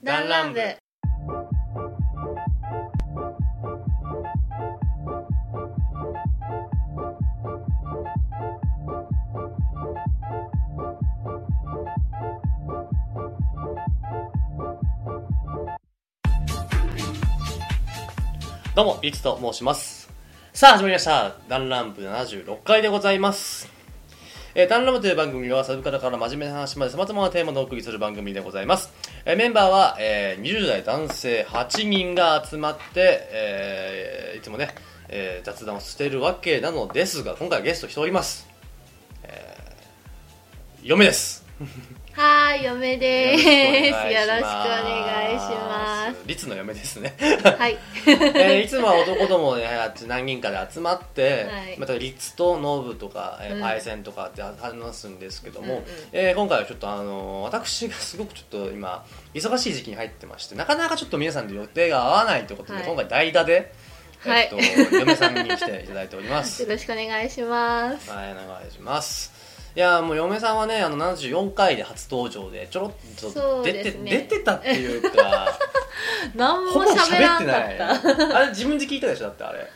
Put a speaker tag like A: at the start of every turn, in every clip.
A: ランラン部
B: どうも、リツと申します。さあ、始まりました。ダンランプ76回でございます。えー、ダンラムという番組は、サブカルから真面目な話まで様々なテーマでお送りする番組でございます。えーメンバーは、えー20代男性8人が集まって、えーいつもね、えー雑談をしているわけなのですが、今回はゲストしております。えー嫁です。。
A: はーい嫁ですよろしくお願いします
B: リツの嫁ですね。
A: すはい
B: えーいつもは男どもで、ね、あっち何人かで集まって、
A: はい
B: またリツとノブとか、えー
A: うん
B: パイセンとかって話すんですけども、
A: うんうん
B: えー今回はちょっとあのー私がすごくちょっと今忙しい時期に入ってましてなかなかちょっと皆さんと予定が合わないということで、
A: はい
B: 今回代打で、
A: はい
B: えっと嫁さんに来ていただいておりま す
A: よろしくお願いし ます
B: はいお願いしますいやーもう嫁さんはねあの74回で初登場でちょろっ
A: そ
B: と
A: う
B: 出
A: で
B: て,、
A: すね
B: 出てたっていうか
A: 何
B: ほ
A: も
B: ぼ喋
A: 喋ら
B: っ
A: ん
B: て
A: かった
B: ないあれ自分で聞いたでしょだってあれ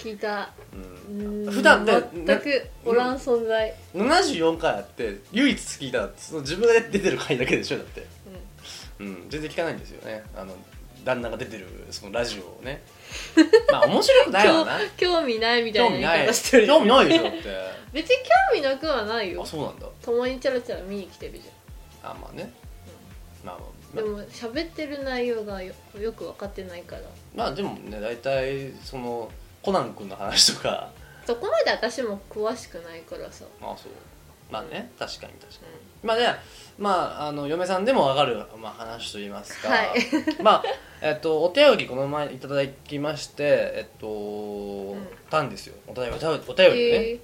A: 聞いたうーん
B: 普段ね
A: 全くおらん存在、
B: 74回あって唯一聞いたのその自分が出てる回だけでしょだって、
A: う、
B: うん、全然聞かないんですよねあの旦那が出てるそのラジオをねまあ面白くないわなん
A: 興興味ないみた
B: 興
A: いな言
B: 味
A: い
B: ない
A: 方してる
B: 興味ないでしょだって
A: 別に興味なくはないよ
B: あそうなんだ
A: 共にチャラチャラ見に来てるじ
B: あまあねまあ
A: ゃ
B: ま
A: んで
B: あ
A: も喋ってる内容がよよく分かってないから
B: まあでもね大体そのコナン君の話とか
A: そこまで私も詳しくないからさ、
B: まあそうまあね確かに確かに
A: う
B: まあね、まあ、あの嫁さんでもわかる、まあ、話といいますか、
A: はい
B: まあえっと、お便りこの前いただきましてえっと、
A: ん
B: たんですよお便りお便りお便
A: ん、
B: りね、
A: え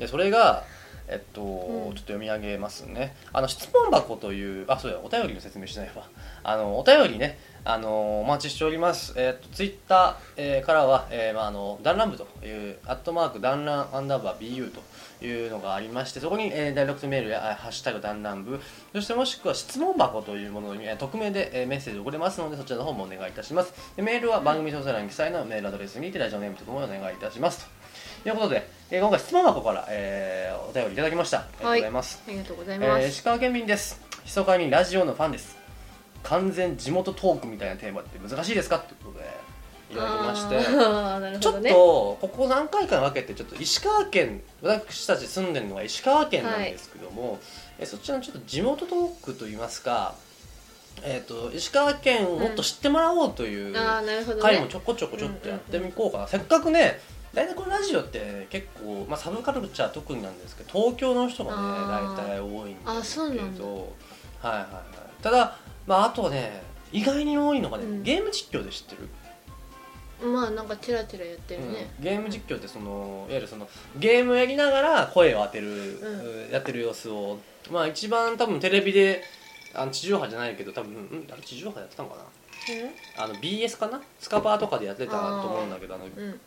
B: でそれがえっと、
A: うん
B: ちょっと読み上げますねあの質問箱というあそうやお便りの説明しないわあのお便りねあのお待ちしております、えっとツイッター、えーからは、えーまあ、あのダンラン部というアットマークダンランアンダーバー BU というのがありましてそこに、えーダイレクトメールやあハッシュタグダンラン部そしてもしくは質問箱というものにえー匿名で、えーメッセージを送れますのでそちらの方もお願いいたしますでメールは番組詳細欄に記載のメールアドレスにてラジオネームとともにお願いいたしますとということで、えー今回質問箱から、えーお便りいただきました。ありがとうございます。
A: ありがとうござい
B: え
A: ます、
B: ー石川県民です。密かにラジオのファンです。完全地元トークみたいなテーマって難しいですかということでいただきまして、
A: あーなるほ
B: ちょっ
A: ど
B: と
A: ね
B: ここ何回かに分けてちょっと石川県私たち住んでるのが石川県なんですけども、えーそちらのちょっと地元トークといいますか、えっ、と石川県をもっと知ってもらおうという。
A: ああなるほど
B: 回も
A: ね
B: ちょこちょこちょっとやってみこうかな、せっかくね大体このラジオって結構、まあ、サブカルチャー特になんですけど東京の人がね
A: あー
B: 大体多いん
A: あ
B: で
A: そ
B: す
A: う
B: け
A: なんだ
B: どはいはいはいただ、まあ、あとね意外に多いのがね、
A: うん
B: ゲーム実況で知ってる、
A: まあなんかチラチラやってるね、
B: うんゲーム実況ってそのいわゆるそのゲームやりながら声を当てる、
A: う
B: やってる様子をまあ一番多分テレビであの地上波じゃないけど多分、うん、あれ地上波やってたのかなあの BS かなスカパーとかでやってたと思うんだけどあの
A: うん、うん、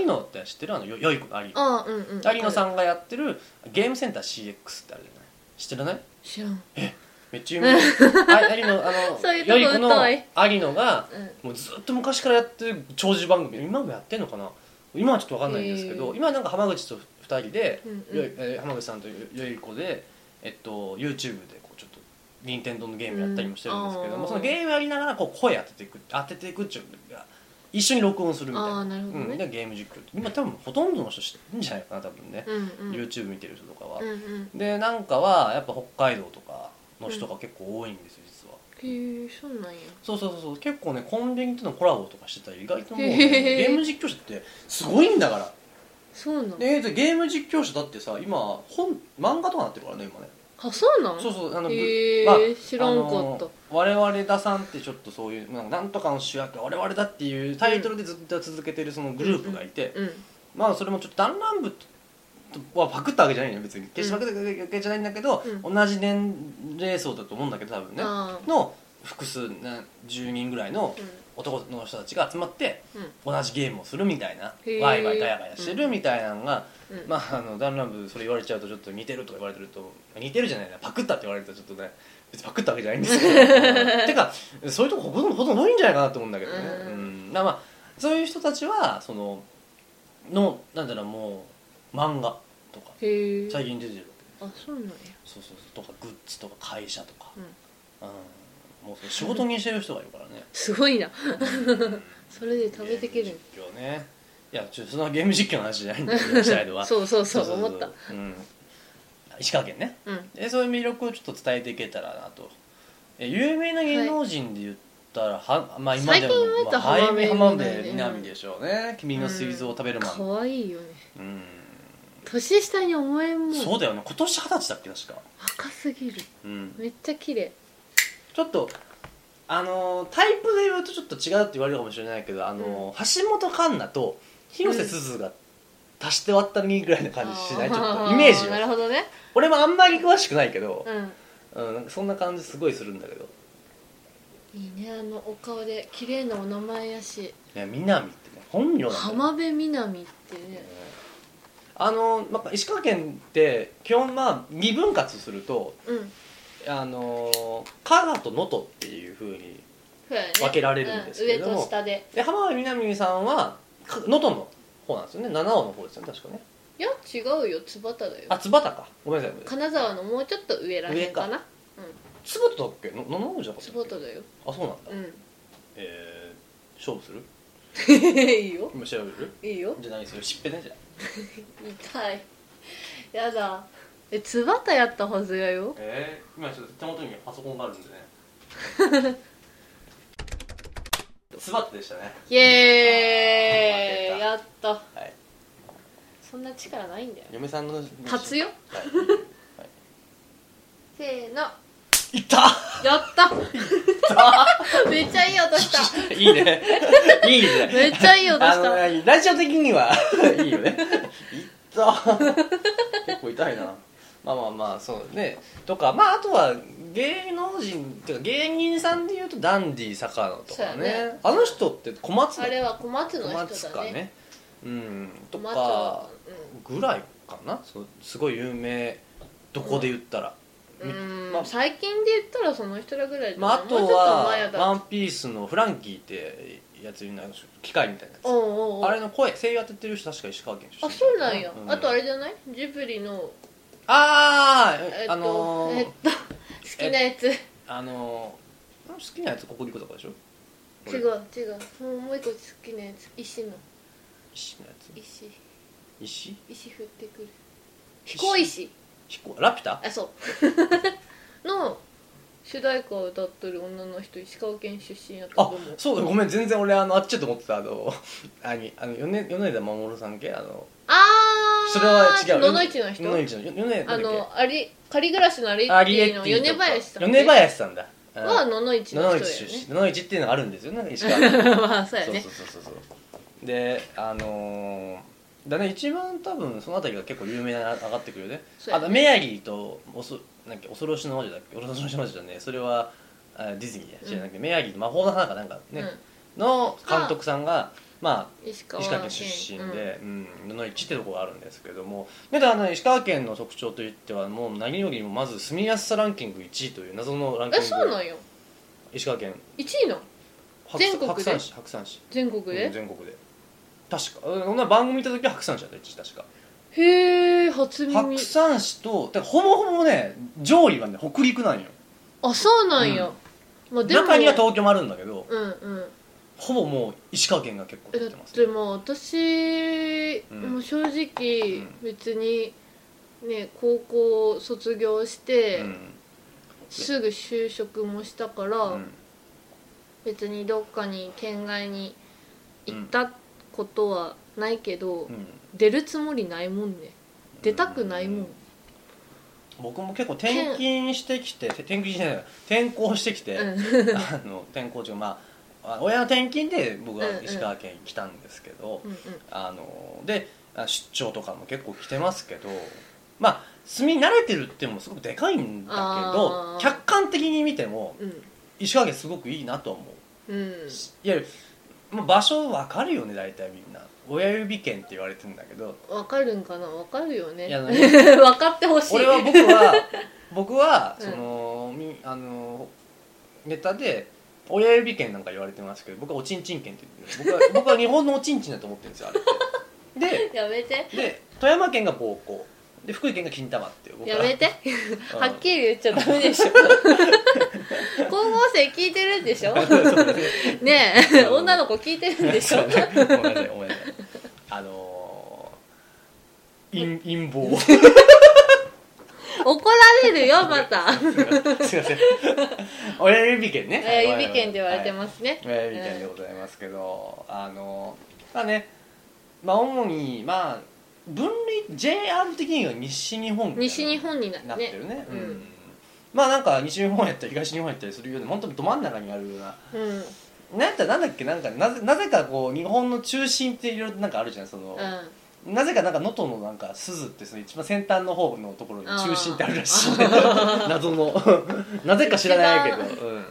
B: 有野って知ってるあのよよい子の有
A: ああうんうん
B: 野有野さ
A: ん
B: んがやってるゲームセンター CX ってあるじゃない知ってるない
A: 知らん、
B: めっちゃ有名あ有野あ
A: そういう
B: の
A: とこ
B: よい子
A: 疎い
B: の有野が
A: うん、
B: もうずっと昔からやってる長寿番組今もやってんのかな今はちょっと分かんないんですけ
A: へ
B: ど
A: ー
B: 今はなんか浜口と2人で、
A: うんうん
B: よいえー浜口さんとよよい子で、えっと、YouTube でこうちょっと任天堂のゲームやったりもしてるんですけど
A: う
B: も、
A: んあー
B: そのゲームやりながらこう声当てていく当てていくっていうか一緒に録音するみたい
A: あ
B: な
A: あなるほど
B: うん、
A: ね、
B: でゲーム実況って今多分ほとんどの人知ってんじゃないかな多分ね、
A: うんうん、
B: YouTube 見てる人とかは、
A: うんうん
B: でなんかはやっぱ北海道とかの人が結構多いんですよ実は
A: へえそうなんや
B: そうそうそうそう結構ねコンビニとのコラボとかしてたり意外ともう、ね、
A: へへへ
B: ゲーム実況者ってすごいんだから
A: そうなん
B: ででゲーム実況者だってさ今本漫画とかなってるからね今ね
A: あそうなん
B: そうそうあのぶ
A: へえ、
B: まあ
A: 知らん
B: あ
A: かっ
B: の
A: た
B: 我々ださんってちょっとそういうなんかなんとかの主役我々だっていうタイトルでずっと続けてるそのグループがいて、
A: うん
B: まあそれもちょっと弾丸部とはパクったわけじゃないのよ別に決してパクったわけじゃないんだけど、
A: う
B: 同じ年齢層だと思うんだけど多分ね
A: ああ
B: の複数な10人ぐらいの男の人たちが集まって
A: うんうん
B: 同じゲームをするみたいな
A: へー
B: ワイワイガヤガヤしてるみたいなのが、
A: うん
B: まああの弾丸部それ言われちゃうとちょっと似てるとか 言われてると似てるじゃないなパクったって言われるとちょっとね別にパクったわけじゃないんですけどてかでそういうとこほとんどほとんどないんじゃないかなと思うんだけどね、う
A: うんん
B: だからまあそういう人たちはそののなんだろうもう漫画とか
A: へえ
B: 最近出てる
A: あそうなんや
B: そうそうそうとかグッズとか会社とか、
A: うん
B: うんもうそれ仕事にしてる人がいるからね
A: すごいな
B: うん
A: それで食べてける
B: ゲーム実況ねいやちょっとそのゲーム実況の話じゃないんだけどしたいのは
A: そうそうそう思った、
B: うん、石川県ね
A: うん
B: でそういう魅力をちょっと伝えていけたらなとえ有名な芸能人で言ったら、はまあ、今
A: 最近
B: でも
A: 言うと
B: まあ
A: 浜辺
B: 浜
A: 美波ね
B: 辺美波でしょうね「君が水蔵を食べるマン」
A: 可愛いよね
B: うん
A: 年下に思えんもん
B: そうだよね今年二十歳だっけ確か、
A: 若すぎる
B: うん、
A: めっちゃ綺麗
B: ちょっとあのータイプで言うとちょっと違うって言われるかもしれないけど、あのー橋本環奈と広瀬すずが足して割った2ぐらいの感じしないちょっとイメージ
A: あなる
B: よ
A: ほどね
B: 俺もあんまり詳しくないけど、
A: うん
B: うんなんかそんな感じすごいするんだけど
A: いいねあのお顔で綺麗なお名前やし
B: いや南ってね本名なんだよ
A: 浜辺美波ってね
B: あのまあ石川県って基本まあ二分割すると
A: うん
B: あの加賀と能登っていうふうに
A: そうやね
B: 分けられるんですけれども
A: うん上と下で
B: で浜辺美波さんはか能登の方なんですよね七尾の方ですよね確かね
A: いや違うよつばただよ
B: あ津幡かごめんなさい
A: 金沢のもうちょっと上らへんかな
B: 津幡だっけの七尾じゃなか
A: つ
B: っ
A: ば
B: た
A: た
B: っけ
A: だよ
B: あそうなんだ、
A: うん
B: えー、勝負する
A: いいよ
B: 今調べる
A: いいよ
B: じゃあ何するしっぺねじゃあ
A: 痛いやだえつばたやったはずやよ
B: えー、今ちょっと手元にパソコンがあるんでね 津幡でしたね
A: イエーイやった
B: はい
A: そんな力ないんだよ
B: 嫁さんの
A: 立つよ
B: はい
A: せーの
B: いった
A: やっためっちゃいい音した
B: いいねいいね
A: めっちゃいい音
B: あ
A: し
B: の
A: た
B: ラジオ的には いいよねいった結構痛いなまあまあまあそうねとかまああとは芸能人っていうか芸人さんでいうとダンディ坂野と
A: そう
B: か
A: や
B: ね
A: ね
B: あの人って小松
A: あれは小松の
B: 小松
A: 人
B: か
A: だ
B: ね
A: ね
B: うんと
A: 小松
B: か
A: の
B: ぐらいかなそうすごい有名どこで言ったら、
A: うんうん
B: まあ
A: 最近で言ったらその人らぐらいだな
B: まあ、あと
A: もうちょっ前や
B: は「
A: だ
B: ワンピースのフランキーってやついるんだけど機械みたいなやつ
A: おうおうおう
B: あれの声声優当てってる人確か石川県出身
A: あそうなんや、あとあ
B: れ
A: れじゃないジブリの
B: あ
A: えっ
B: ー
A: と、
B: あの
A: えっと
B: ー
A: 好きなやつ
B: あのー好きなやつここに行くとかでしょ
A: 違う違うもうもう一個好きなやつ石の
B: 石のやつ
A: 石
B: 石
A: 石降ってくる彦石
B: 飛行ラピュタ
A: あそう の主題歌を歌っとる女の人石川県出身やったと
B: あ
A: 思う
B: そうだごめん全然俺あのあっちやと思ってたあの あにあの米米田守さん系あの
A: あー
B: それは違う
A: 野々市の人
B: 野々市の米田
A: あのあり仮暮らしのアリ
B: ア
A: エ
B: リエ
A: ッティ
B: ッ
A: の
B: ティと
A: 米
B: か
A: 林さん
B: 米林さんだうん
A: は野々市
B: 野
A: の
B: 々
A: 人
B: 市出
A: や
B: 身野々市っていうのがあるんですよね石 川県
A: ねまあそうや
B: そう
A: ね
B: そうそうそうそうであのー、だね一番多分その辺りが結構有名な上がってくるよね
A: そう
B: あ
A: や
B: と
A: ね
B: メアリーとおそなんか恐ろしの魔女だっけ恐ろしの魔女じゃねえそれはあディズニーや知らないけど、メアリーと魔法の花かなんかね、の監督さんがま
A: うん、石
B: あ
A: 川
B: 石川県出身で、うん野々市ってとこがあるんですけどもであの石川県の特徴といってはもう何よりもまず住みやすさランキング1位という謎のラ
A: う
B: ン
A: ん
B: キ
A: え
B: ング
A: そうなんよ
B: 石川県
A: 1位の
B: 白
A: 全国で
B: 白山市白山市
A: 全国で、
B: うん全国で確かうんそんな番組見た時は白山市だった一時確か
A: へえ初耳
B: 白山市とだからほぼほぼね上位はね北陸なんよ
A: あそうなんや、まあでも
B: 中には東京もあるんだけど
A: うんうん
B: ほぼもう石川県が結構
A: えだ
B: 取っ
A: って
B: ます、
A: てもう私、
B: うん
A: もう正直、
B: うん
A: 別にね高校卒業して、
B: うん
A: すぐ就職もしたから、
B: うん
A: 別にどっかに県外に行ったことはないけど、
B: うん
A: 出るつもりないもんね出たくないもん、
B: 僕も結構転勤してきてて転勤じゃない転校してきて、
A: うん
B: あの転校中まああ親の転勤で僕は石川県に来たんですけど、
A: うんうん
B: あのであ出張とかも結構来てますけどまあ住み慣れてるっていうのもすごくでかいんだけど
A: あー
B: 客観的に見ても
A: うん
B: 石川県すごくいいなとは思う
A: うん
B: いわゆるまあ場所わかるよね大体みんな親指県って言われてるんだけど
A: わかるんかなわかるよね
B: い や
A: 分かってほしい
B: 俺は僕は僕は
A: うん
B: その、みあのネタで親指剣なんか言われてますけど僕はおちんちん剣って言ってる 僕は僕は日本のおちんちんだと思ってるんですよあれって
A: やめて
B: でで富山県が膀胱で福井県が金玉っていう僕
A: や
B: は
A: めて
B: うん
A: はっきり言っちゃダメでし ょ高校生聞いてるんで しょねえ
B: うん
A: 女の子聞いてるんでし
B: そう
A: ょ
B: ねごめんなさいごめんなさいあのー、陰陰謀
A: 怒られるよま た
B: すいません親指剣ね
A: えー指剣で言われて
B: す、
A: ますね、
B: はい親指剣でございますけど、あのーまあねまあ主にまあ分類 JR 的には西日本みたいな
A: 西日本にな
B: なって
A: ね
B: るねうん
A: うん
B: まあなんか西日本やったり東日本やったりするような本当にど真ん中にあるような
A: うん
B: なんやったらなんだっけなんかなぜなぜかこう日本の中心っていろいろなんかあるじゃんその、
A: うん
B: なぜかなんか能登のなんか鈴ってその一番先端の方のところに中心ってあるらしい、ね、 謎のなぜか知らないけど、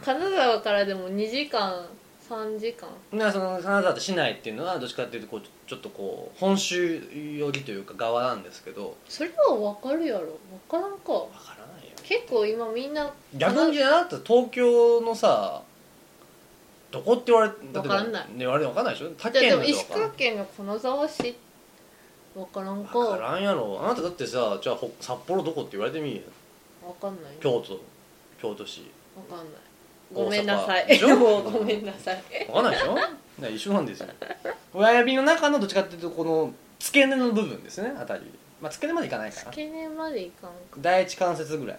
A: 金沢からでも2時間3時間
B: うん、なその金沢と市内っていうのはどっちかっていうとこうちょっとこう本州寄りというか側なんですけど
A: それは分かるやろ分からんか
B: わからないよ
A: 結構今みんな
B: 逆にあなた東京のさどこって言われて
A: わかんない
B: ね、言われてわかんないでしょ他
A: じゃあ
B: 県
A: で
B: の
A: も
B: 人わ
A: 石
B: かんない
A: 川県の金沢市分からんか
B: わか
A: 分
B: らんやろあなただってさじゃあほ札幌どこって言われてみいや
A: かんない分
B: 京都京都市
A: かんない
B: 大阪
A: ごめんなさ
B: で
A: い
B: しょ
A: も うごめんなさい
B: わかんないでしょね一緒なんですよ親指の中のどっちかっていうとこの付け根の部分ですねあたりまあ付け根までいかないかな
A: 付け根までいかんか
B: 第一関節ぐらい、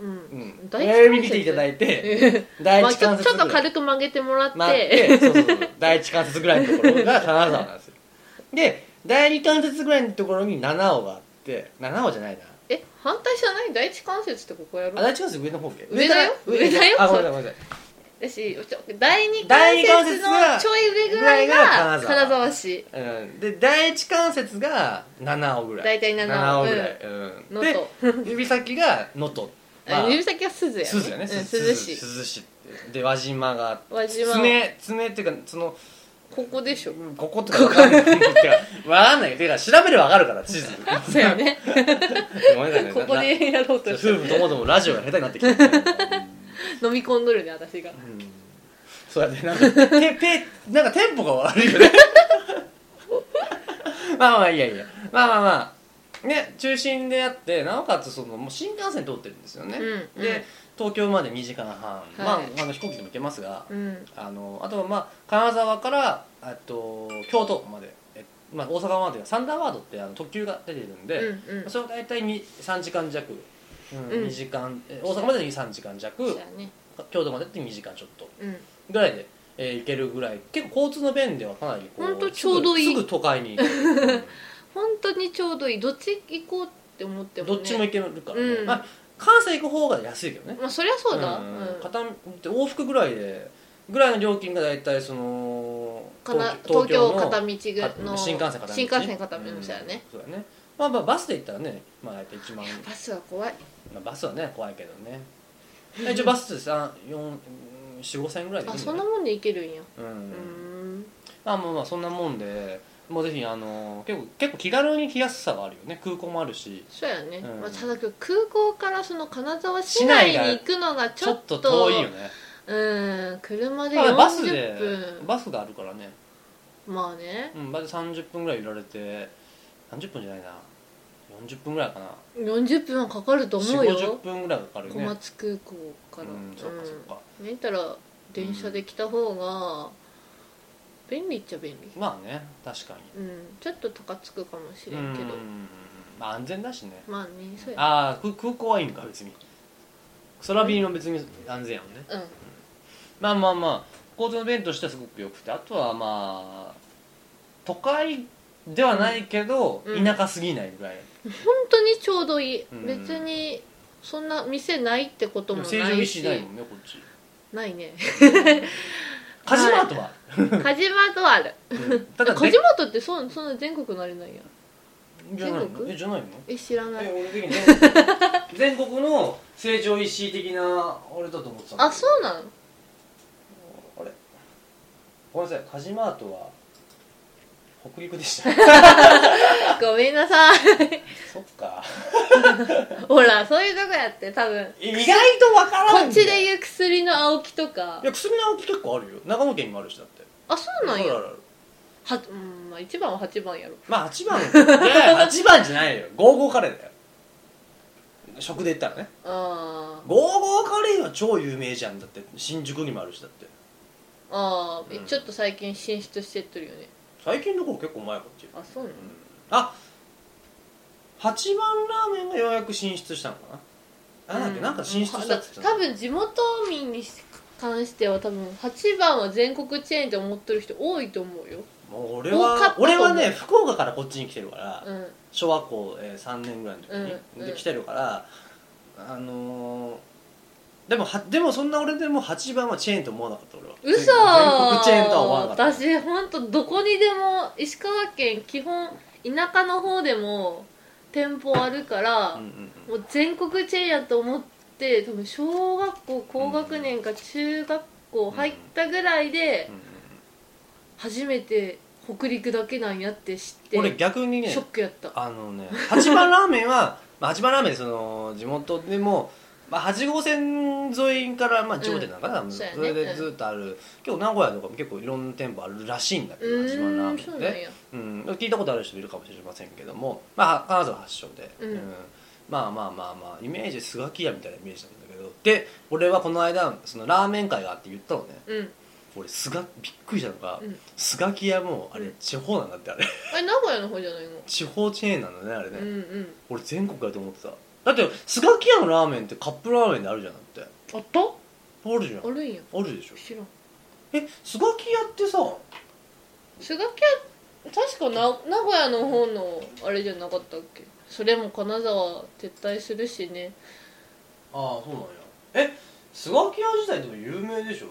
A: う
B: うんん、
A: 第一関節
B: 親指見ていただいて第
A: まあ
B: 一
A: ちょ
B: 関
A: ちょ
B: 節
A: っ
B: ぐら
A: と
B: い、
A: 軽く曲げてもらって
B: まあで そうそうそう第一関節ぐらいのところが金沢なんですよで第二関節ぐらいのところに七尾があって七尾じゃないな
A: え反対じゃない第一関節ってここや
B: あ
A: ろ
B: 第一関節上の方け
A: 上だよ
B: から
A: 上だよ
B: あごめんなさいごめんなさい
A: 私ちょ第二
B: 第二
A: 関
B: 関
A: 節の
B: 節が
A: ちょい上ぐらいが
B: ぐらいが
A: 金
B: 金沢
A: 沢市
B: うん、で第一関節が七尾ぐらい
A: 大体七
B: 七
A: 尾
B: 尾ぐらい、うん
A: 能
B: で
A: 登
B: 指先が能登
A: あ指先は鈴やね
B: 鈴だよね
A: うん
B: 鈴
A: 鈴市
B: 鈴市ってで輪島があって
A: 輪島
B: 爪爪っていうかその
A: ここでしょ
B: こことかわかんないてかわかんないてか調べればわかるから地図
A: そうや ね
B: ごめんなさいね
A: ここ
B: な
A: でやろうと
B: 夫
A: して
B: 婦ともどもラジオが下手になってきてる、
A: 飲み込んどるね私が
B: うんそうやねなんかててなんかテンポが悪いよねまあまあいいやいいやまあまあまあね中心であってなおかつそのもう新幹線通ってるんですよね、
A: うん
B: で東京まで2時間半、まああの飛行機でも行けますが、
A: うん
B: あのあとはまあ金沢からあと京都までえ、まあ、大阪まではサンダーバードってあの特急が出てるん
A: うん
B: で、
A: うん
B: それが大体に3時間弱、う
A: う
B: ん
A: ん
B: 2時間え大阪までに3時間弱
A: そうやね
B: 京都までって2時間ちょっと
A: うん
B: ぐらいで、えー行けるぐらい結構交通の便ではかなりこう
A: ほんとちょうどいい
B: すぐすぐ都会に 行ける、
A: 本当にちょうどいいどっち行こうって思って
B: うん
A: も
B: どっちも行
A: 行
B: けるからね、
A: うん
B: まあ、関西行く方が安いけどね
A: まあそりゃそうだ
B: ん
A: うん
B: 片道往復ぐらいでぐらいの料金が大体その
A: かな東京
B: の
A: 片道ぐの
B: 新幹線片道
A: 新幹線片道そうやね、
B: うんそうだねまあまあバスで行ったらねまあ大体1万、
A: バスは怖い
B: まあ、バスはね怖いけど ねえ一応バスでさ45000円ぐらいでいい
A: あ
B: んじ
A: そ
B: ゃ
A: ん
B: な
A: ないもんで行けるんや
B: うん、
A: うーん
B: まあまあまあそんなもんでもうぜひあの結構結構気軽に来やすさがあるよね空港もあるし
A: そうやね、
B: うん
A: まあ、ただ空港からその金沢市内に行くのがち
B: ち
A: ょ
B: ょ
A: っ
B: っ
A: と
B: と遠いよね
A: うん車で
B: まあバスで
A: 40分
B: バスがあるからね
A: まあね
B: うん、まず30分ぐらい揺られて30分じゃないな40分ぐらいかな
A: 40分はかかると思う
B: 4 5 0
A: よ
B: 分ぐらいかかるよ
A: 小
B: ね
A: 松空港から
B: うんそっかそっか、
A: うん見たら電車で来た方が便利っちゃ便利
B: まあね確か
A: うんちょっと高つくかもし
B: に
A: れ
B: うんん
A: けど
B: まあ安全だしね
A: まあねそうや
B: ああ空空港はいいのか別に空便は別に安全やもんね
A: うん
B: まあまあまあ交通の便としてはすごく良くてあとはまあ都会ではないけど、
A: うん
B: 田舎すぎないぐらい、
A: 本当にちょうどいい、
B: うん
A: 別にそんな店ないってこと
B: で
A: も
B: も
A: な
B: 成城
A: い
B: 石
A: し
B: 井ないもんねこっち
A: ないね
B: カジマートは、
A: カジマとある
B: うんた
A: カ
B: だ
A: ジマとってそんそんな全国なれないや
B: じゃな
A: 全
B: いの
A: 国
B: えじゃないの
A: え知らない
B: え俺的に全国全国の成城石井的な俺だと思ってたんだけど
A: あそうなの
B: あれごめんなさいカジマートは北陸でした
A: ごめんなさい
B: そっか
A: ほらそういうとこやって多分
B: 意外とわから
A: こ
B: ん
A: っちで
B: う
A: 言う薬の青木とか
B: いや薬の青木結構あるよ長野県にもあるしだって
A: あそうなん
B: あ
A: や
B: るあるある
A: はうんまあ1番は8番やろ
B: まあ8番いやいや8番じゃないよ55カレーだよ食で言ったらね
A: あー
B: 55カレーは超有名じゃんだって新宿にもあるしだって
A: あー、
B: うん
A: ちょっと最近進出してってるよね
B: 最近の頃結構前こっち
A: あそうなの
B: あ八番ラーメンがようやく進出したのかなあなんだっけ、なんか進出したっつってた
A: 多分地元民に関しては多分8番は全国チェーンって思ってる人多いと思うよ
B: もう俺
A: 多かった
B: は
A: と思う
B: 俺はね福岡からこっちに来てるから、
A: うん
B: 小学校、え3年ぐらいの時に、
A: うん
B: で
A: うん
B: 来てるからあのーでもはでもそんな俺でも8番はチェーンと思わなかった俺は
A: 嘘
B: 全国チェーンとは思わなかった
A: 私本当どこにでも石川県基本田舎の方でも店舗あるから、
B: うんうん
A: もう全国チェーンやと思って多分小学校高学年か中学校入ったぐらいで
B: うんうん
A: 初めて北陸だけなんやって知って
B: うん俺逆にね
A: ショックやった
B: あのね八番ラーメンは、 まあ、八番ラーメンその地元でも、まあ、8号線沿いから、まあ、上点なのかな、
A: ん
B: そ
A: そうやね
B: れでずっとある、結構名古屋とかも結構いろんな店舗あるらしいんだけ
A: う
B: ど八番ラー
A: ーん
B: メン
A: そ
B: っ
A: う
B: て
A: なん
B: ね
A: や
B: うん、聞いたことある人いるかもしれませんけども、まあ、金沢発祥で、
A: うん
B: まあまあまあまあイメージスガキ屋みたいなイメージなんだけどで俺はこの間そのラーメン会があって言ったのね
A: うん
B: 俺スガびっくりしたのが、
A: うん
B: スガキ屋もあれ
A: うん
B: 地方なんだってあれ
A: あれ名古屋の方じゃないの
B: 地方チェーンなんだねあれね、
A: うんうん
B: 俺全国だと思ってただってスガキ屋のラーメンってカップラーメンであるじゃんだって
A: あった
B: あるじゃん
A: あるんや
B: あるでしょ
A: 知らん
B: えスガキ屋ってさ
A: スガキ屋確かな名古屋の方のあれじゃなかったっけそれも金沢撤退するしね
B: ああそうなんやえスガキ屋自体でも有名でしょ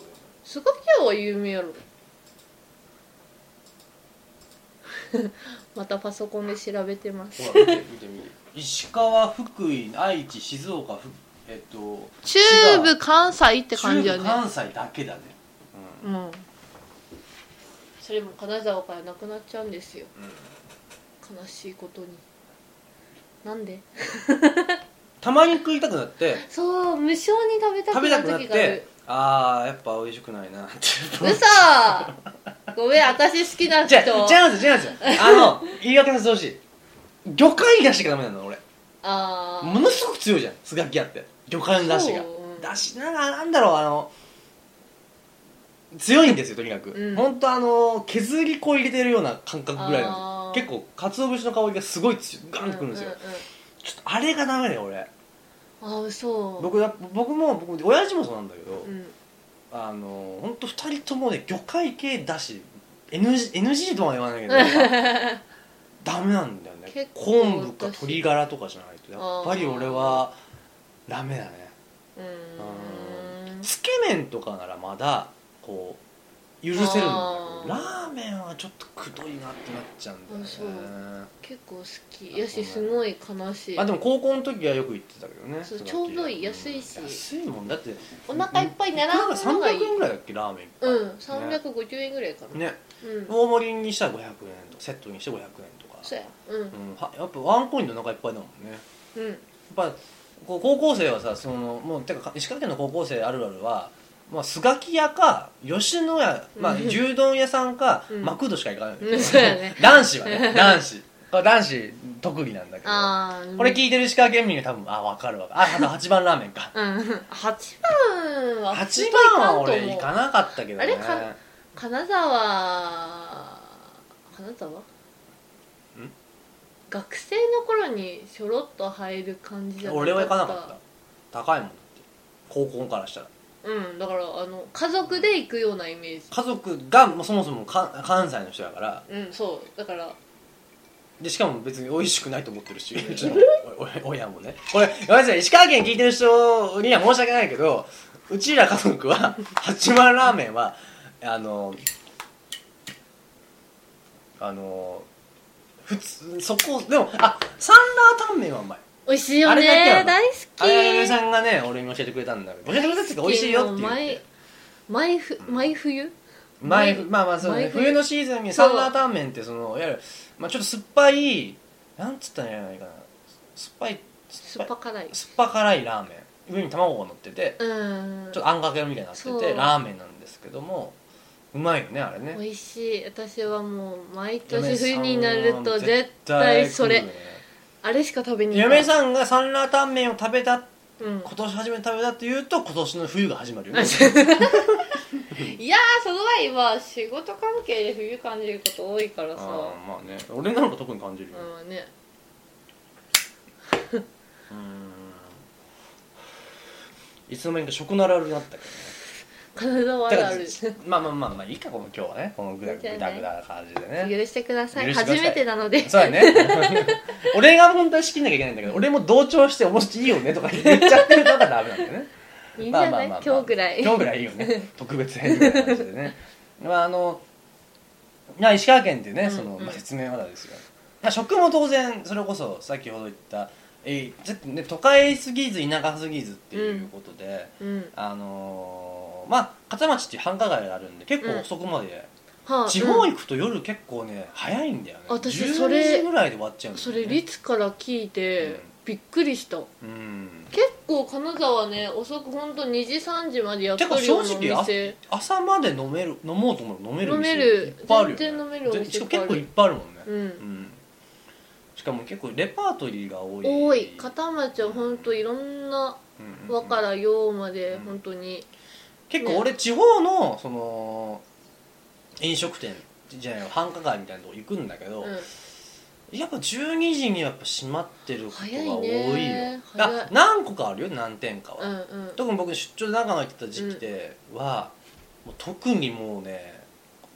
A: スガキ屋は有名やろ またパソコンで調べてます
B: ほら見て見て見て石川福井愛知静岡ふえっと
A: 中部関西って感じや
B: 中部
A: ね
B: 関西だけだね
A: うんそれも金沢からなくなっちゃうんですよ
B: うん、うん、
A: 悲しいことになんで
B: たまに食いたくなって
A: そう無性に食べた
B: 食べ
A: く
B: た
A: な
B: くなっ
A: る時がある
B: てああやっぱ美味しくないなって
A: 嘘ごめん私好きな
B: じ
A: 人
B: ゃあ、じゃあ、じゃあ、じゃあ、あの、言い訳させてほしい。魚介出汁がダメなの、俺。
A: あ
B: ものすごく強いじゃん、スガキ屋って。魚介の出汁が
A: そううん。
B: 出汁、なんか、なんだろう、あの、強いんですよ、とにかく。
A: うん
B: ほんと、あの、削り粉入れてるような感覚ぐらいな
A: あ
B: ん
A: ー
B: です結構、鰹節の香りがすごい強いガ
A: あ
B: ンってくるんですよ。ちょっと、あれがダメだよ、俺。
A: うんうんうんあ嘘
B: 僕だ、僕も、僕も、親父もそうなんだけど
A: う、ん
B: あの、ほんと、二人ともね、魚介系出汁、NG、NG とは言わないけど、やっぱ ダメなんだよね
A: 結構
B: 昆布か鶏ガラとかじゃないとやっぱり俺はダメだね
A: うーん
B: つけ麺とかならまだこう許せるんだけど
A: あー
B: ラーメンはちょっとくどいなってなっちゃうんだよ
A: あそう
B: ね
A: 結構好きやしすごい悲しい
B: あでも高校の時はよく行ってたけどね
A: そう
B: その時
A: ちょうどいい安いし
B: うん安いもんだって
A: お腹いっぱいならん
B: なんか
A: のがいい
B: 300円ぐらいだっけラーメン一杯
A: うん350円ぐらいかな、
B: ね
A: うん
B: 大盛りにしたら500円とかセットにして500円とか
A: そうやうん
B: うんはやっぱワンコインでお腹いっぱいだもんね
A: うん
B: やっぱこう高校生はさそのもうてか石川県の高校生あるあるは、まあ、スガキ屋か吉野家、まあ、
A: うん
B: 牛丼屋さんか、
A: うん
B: マクドしか行かないの
A: うんそうやね
B: 男子は ね男子これ男子特技なんだけど
A: ああ
B: これ聞いてる石川県民が多分あ分かるわかるああと8番ラーメンか
A: うん8番は
B: 8番は
A: 普通
B: 俺
A: にい
B: 行
A: かんと思う
B: かなかったけどね
A: あれか金沢金沢学生の頃にひょろっと入る感じじゃな
B: 俺は行かなかった高いもんだって高校からしたら
A: うんだからあの家族で行くようなイメージ
B: 家族がもうそもそもか関西の人だから
A: うんそうだから
B: でしかも別に美味しくないと思ってるしうちのおお親もねこれごめんなさい石川県聞いてる人には申し訳ないけどうちら家族は 八幡ラーメンはあのあの普通そこでもあサンラータンメンはうまい
A: 美味しいよ
B: あれだけな
A: ね
B: の
A: 大好
B: あれあ
A: き
B: れさんがね俺に教えてくれたんだけど教えてくれたっていうか美味しいよって言って
A: 毎毎ふ毎冬
B: 前
A: 前
B: まあまあそうね
A: 前冬
B: 冬のシーズンにサンラータンメンってそのいわゆる、まあ、ちょっと酸っぱいなんつったらいいのかな酸っぱい
A: 酸っぱ辛い
B: 酸っぱ辛いラーメン上に卵が乗ってて
A: うん
B: ちょっとあんかけみたいになって
A: そう
B: てラーメンなんですけどもうまいよねあれね
A: 美味しい私はもう毎
B: 嫁
A: 年
B: さん
A: 冬
B: は
A: になると絶対そ
B: 食う
A: れ
B: よね
A: あれしか食べに行かない
B: 嫁さんがサンラータンメンを食べた
A: うん
B: 今年初めて食べたっていうと今年の冬が始 まるよね
A: いやーその前は仕事関係で冬感じること多いからさ
B: あーまあね俺なんか特に感じるよね
A: うんね
B: うーんいつの間にか食ならるなったけどね
A: 金沢あ
B: だ
A: る
B: か
A: あ
B: ら
A: る
B: まあまあまあまあいいかこの今日はねこのぐだぐだぐだぐだな感じで
A: 許
B: ね
A: してください
B: 許してください
A: 初めてなので
B: そうだね俺が本当は仕切んなきゃいけないんだけど俺も同調して「もしいいよね」とか言っちゃってるのがダメなんだよね
A: いいんじゃない、今日ぐらい
B: 今日ぐらいいいよね特別編みたいな感じでねまああのまあ石川県ってねその、
A: うんうん
B: まあ、説明はまだですよ、まあ、食も当然それこそ先ほど言った、えーちょっとね、都会すぎず田舎すぎずっていうことで、
A: うん
B: あのーまあ片町っていう繁華街があるんで結構遅くまで、
A: はあ
B: 地方
A: うん
B: 行くと夜結構ね早いんだよね
A: 私
B: 12
A: それ
B: 時ぐらいで終わっちゃうんだよ
A: そ
B: ね
A: れ律から聞いて、
B: うん
A: びっくりした
B: うん
A: 結構金沢ね遅く本当2時3時までやって
B: て
A: る
B: か
A: ようなお
B: 正直あ
A: 店
B: 朝まで飲める飲もうと思う飲める
A: 飲め
B: 店
A: る
B: いっぱいあるよ、ね、
A: 全然飲めるお店
B: しかも結構
A: い
B: い
A: っ
B: っぱいあるもんね、
A: うん
B: うんしかも結構レパートリーが多い
A: 多い片町は本当いろんな
B: うんうんう
A: 和
B: ん
A: から洋まで
B: うん
A: 本当に
B: 結構俺地方のその飲食店じゃない繁華街みたいなとこ行くんだけど、
A: う
B: やっぱ12時にはやっぱ閉まってることが
A: 早い
B: 多いよ
A: ね早い
B: あ何個かあるよ何店かは、
A: んうんうん
B: 特に僕出張で長野行ってた時期では、もう特にもうね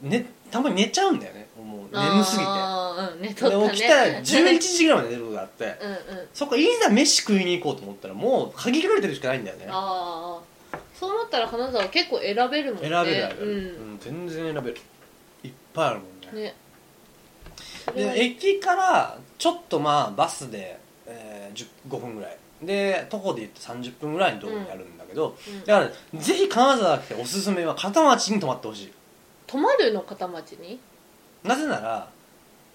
B: ねたまに寝ちゃうんだよねもう眠すぎて
A: あーうん寝とったね
B: で起きたら11時ぐ らいまで寝ることがあって
A: うんうん
B: そこいざ飯食いに行こうと思ったらもう限られてるしかないんだよね
A: ああそう思ったら金沢結構選べるもんね
B: 選べる選べ
A: う
B: る、
A: ん
B: うん全然選べるいっぱいあるもんね
A: ね
B: で駅からちょっとまあバスで、えー、10 5分ぐらいで徒歩で言って30分ぐらいのところにあるんだけど、
A: うん
B: だからぜひ金沢来ておすすめは片町に泊まってほしい
A: 泊まるの片町に
B: なぜなら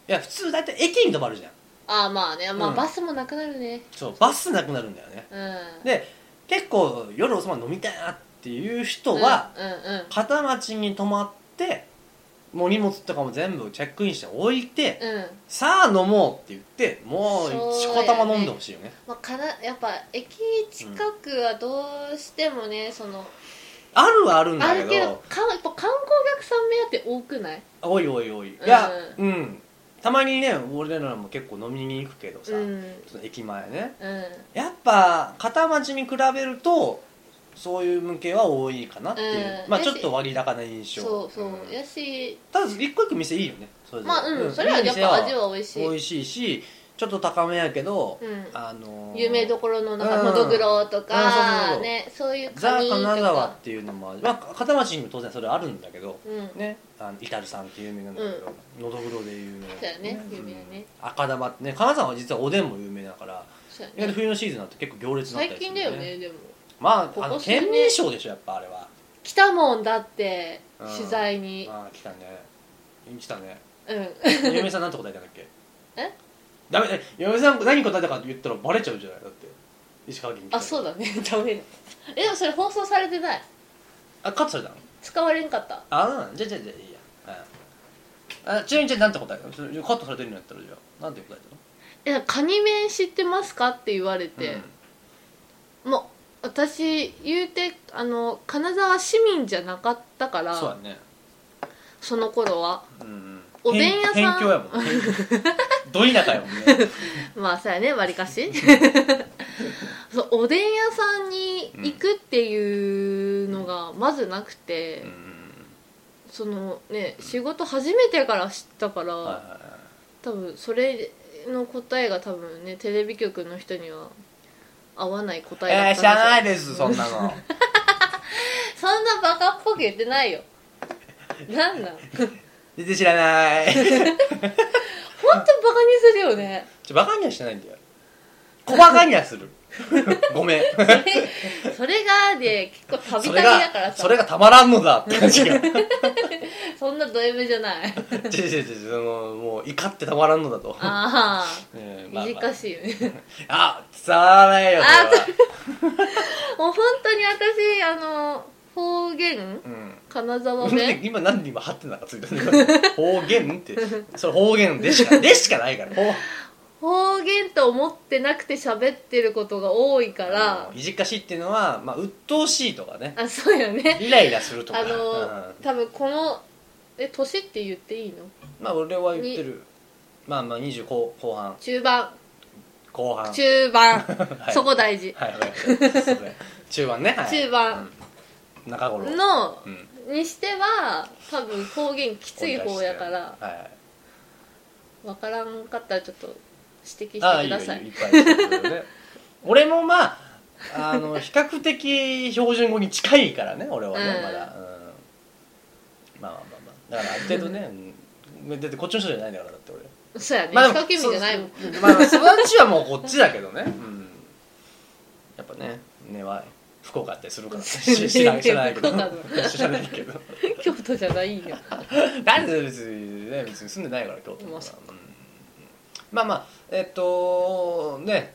B: いや普通大体駅に泊まるじゃん
A: ああまあねま
B: う
A: あ
B: ん
A: バスもなくなるね
B: そうバスなくなるんだよね
A: うん
B: で結構夜遅まで飲みたいなっていう人は、
A: うんうん
B: 片町に泊まってもう荷物とかも全部チェックインして置いて、
A: うんうん
B: さあ飲もうって言ってもう
A: そう
B: し
A: やね
B: こたま飲んでほしいよね
A: まあ、かなやっぱ駅近くはどうしてもね、その
B: あるはあるん
A: あ
B: だけ
A: る
B: ど
A: けどかやっぱ観光客さん目当て多くない
B: おいおいおい、
A: うん
B: いやうんたまにね俺らも結構飲みに行くけどさ、
A: うん
B: その駅前ね
A: うん
B: やっぱ片町に比べるとそういう向けは多いかなっていう、
A: うん
B: ま
A: だ
B: あち
A: し
B: ょっと割高な印象
A: そうそう、
B: ん
A: やし
B: ただ一個一個店いいよねそれぞれ
A: まあうん、それはやっぱ味は美味しい
B: 美味しいしちょっと高めやけど、
A: うん
B: あのー
A: 有名どころのなんか
B: うん
A: のどぐろと
B: うんそうそう
A: か、
B: そう
A: ねそういう
B: ザ・
A: カニと
B: 金沢っ
A: か
B: ていうのもある、まあ、片町にも当然それあるんだけど
A: うん、
B: ねあのイタルさんって有名なんだけど、のどぐろで有名
A: そうやね
B: うん
A: 有名やね
B: 赤玉ってね金沢は実はおでんも有名だから
A: そう
B: 意外
A: や
B: と
A: ね
B: 冬のシーズンになって結構行列になった
A: 最
B: りする
A: 近だよねでも
B: まああ
A: こ
B: の
A: こ数年
B: 県民賞でしょやっぱあれは
A: 来たもんだって
B: うん
A: 取材に
B: ああ来たね来たね
A: うん
B: 嫁さんなんて答えたんだっけ
A: え
B: ダメえ嫁さん何答えたかって言ったらバレちゃうじゃないだって石川県来た
A: あそうだねダメだえでもそれ放送されてない
B: あカットされたの
A: 使われんかった
B: あそうなのじゃあじゃあじゃあいいや、はいあちなみにじゃあ何て答えたのそれカットされてるのやったらじゃあ何て答えたの
A: えカニ面知ってますかって言われて、もう私言うてあの金沢市民じゃなかったか
B: う
A: ら
B: ん、そう
A: そ
B: やね
A: の頃は
B: うんうん
A: おでん屋さん
B: 偏偏境や もんねど田舎やもんね
A: まあそうやねわりかし そうおでん屋さんに行くっていうのがまずなくて、そのね仕事始めてから知ったから、
B: はいはいはい
A: 多分それの答えが多分ねテレビ局の人には合わない答えだ
B: え
A: っ
B: ー、知らな
A: た
B: いですそん なの
A: そんなバカっぽく言ってないよなんなん本当
B: 全然知らな
A: バ
B: い
A: カにするよ ね
B: ちょバカにはしてないんだよ小バカにはする ごめん
A: それそれがで結構たび
B: そ
A: た
B: れ
A: びだから
B: が
A: さ
B: それがたまらんのだって感じが
A: そんなド M じゃない
B: 違う違う違うそのもう怒ってたまらんのだと
A: あ
B: え
A: あ
B: ーまあま
A: 短しいよね
B: ああ伝わらないよ
A: あ
B: それは
A: もう本当に私あの方言
B: うん
A: 金沢
B: ね
A: 弁
B: 今何で今ハってなんかついてるの 方言ってそれ方言で しかでしかないからほ
A: 方言と思ってなくて喋ってることが多いか
B: あ
A: ら
B: のいじっかしいっていうのは、まあ、鬱陶しいとかね
A: あそうよね
B: イライラするとか、
A: あの
B: うん
A: 多分このえ年って言っていいの
B: まあ俺は言ってるまあまあ20後後半
A: 中盤
B: 後半
A: 中盤
B: はい
A: そこ大事
B: はいわかりましたそうね中盤ね、はい、
A: 中盤、
B: うん中頃
A: の
B: うん
A: にしては多分方言きつい方やから
B: はいはい
A: 分からんかったらちょっと指摘してく
B: ああいいよ
A: ださい
B: いいよいっぱい してくれるね俺もまああの比較的標準語に近いからね俺はね、
A: うん
B: まだ、うん、まあまあまあまあだからある程度ね、うんだってこっちの人じゃないんだからだって俺
A: そうやね
B: まあ
A: 石川県民じゃないもん
B: そうそうまあまあ育ちはもうこっちだけどね、うん、やっぱね根は福岡ってするから、ね、 知知らない知らないけど
A: 福岡
B: 知らないけど
A: 京都じゃないよ
B: なんで別にね別に住んでないから京都に
A: ま
B: は
A: あそっ
B: うんまあまあえっとね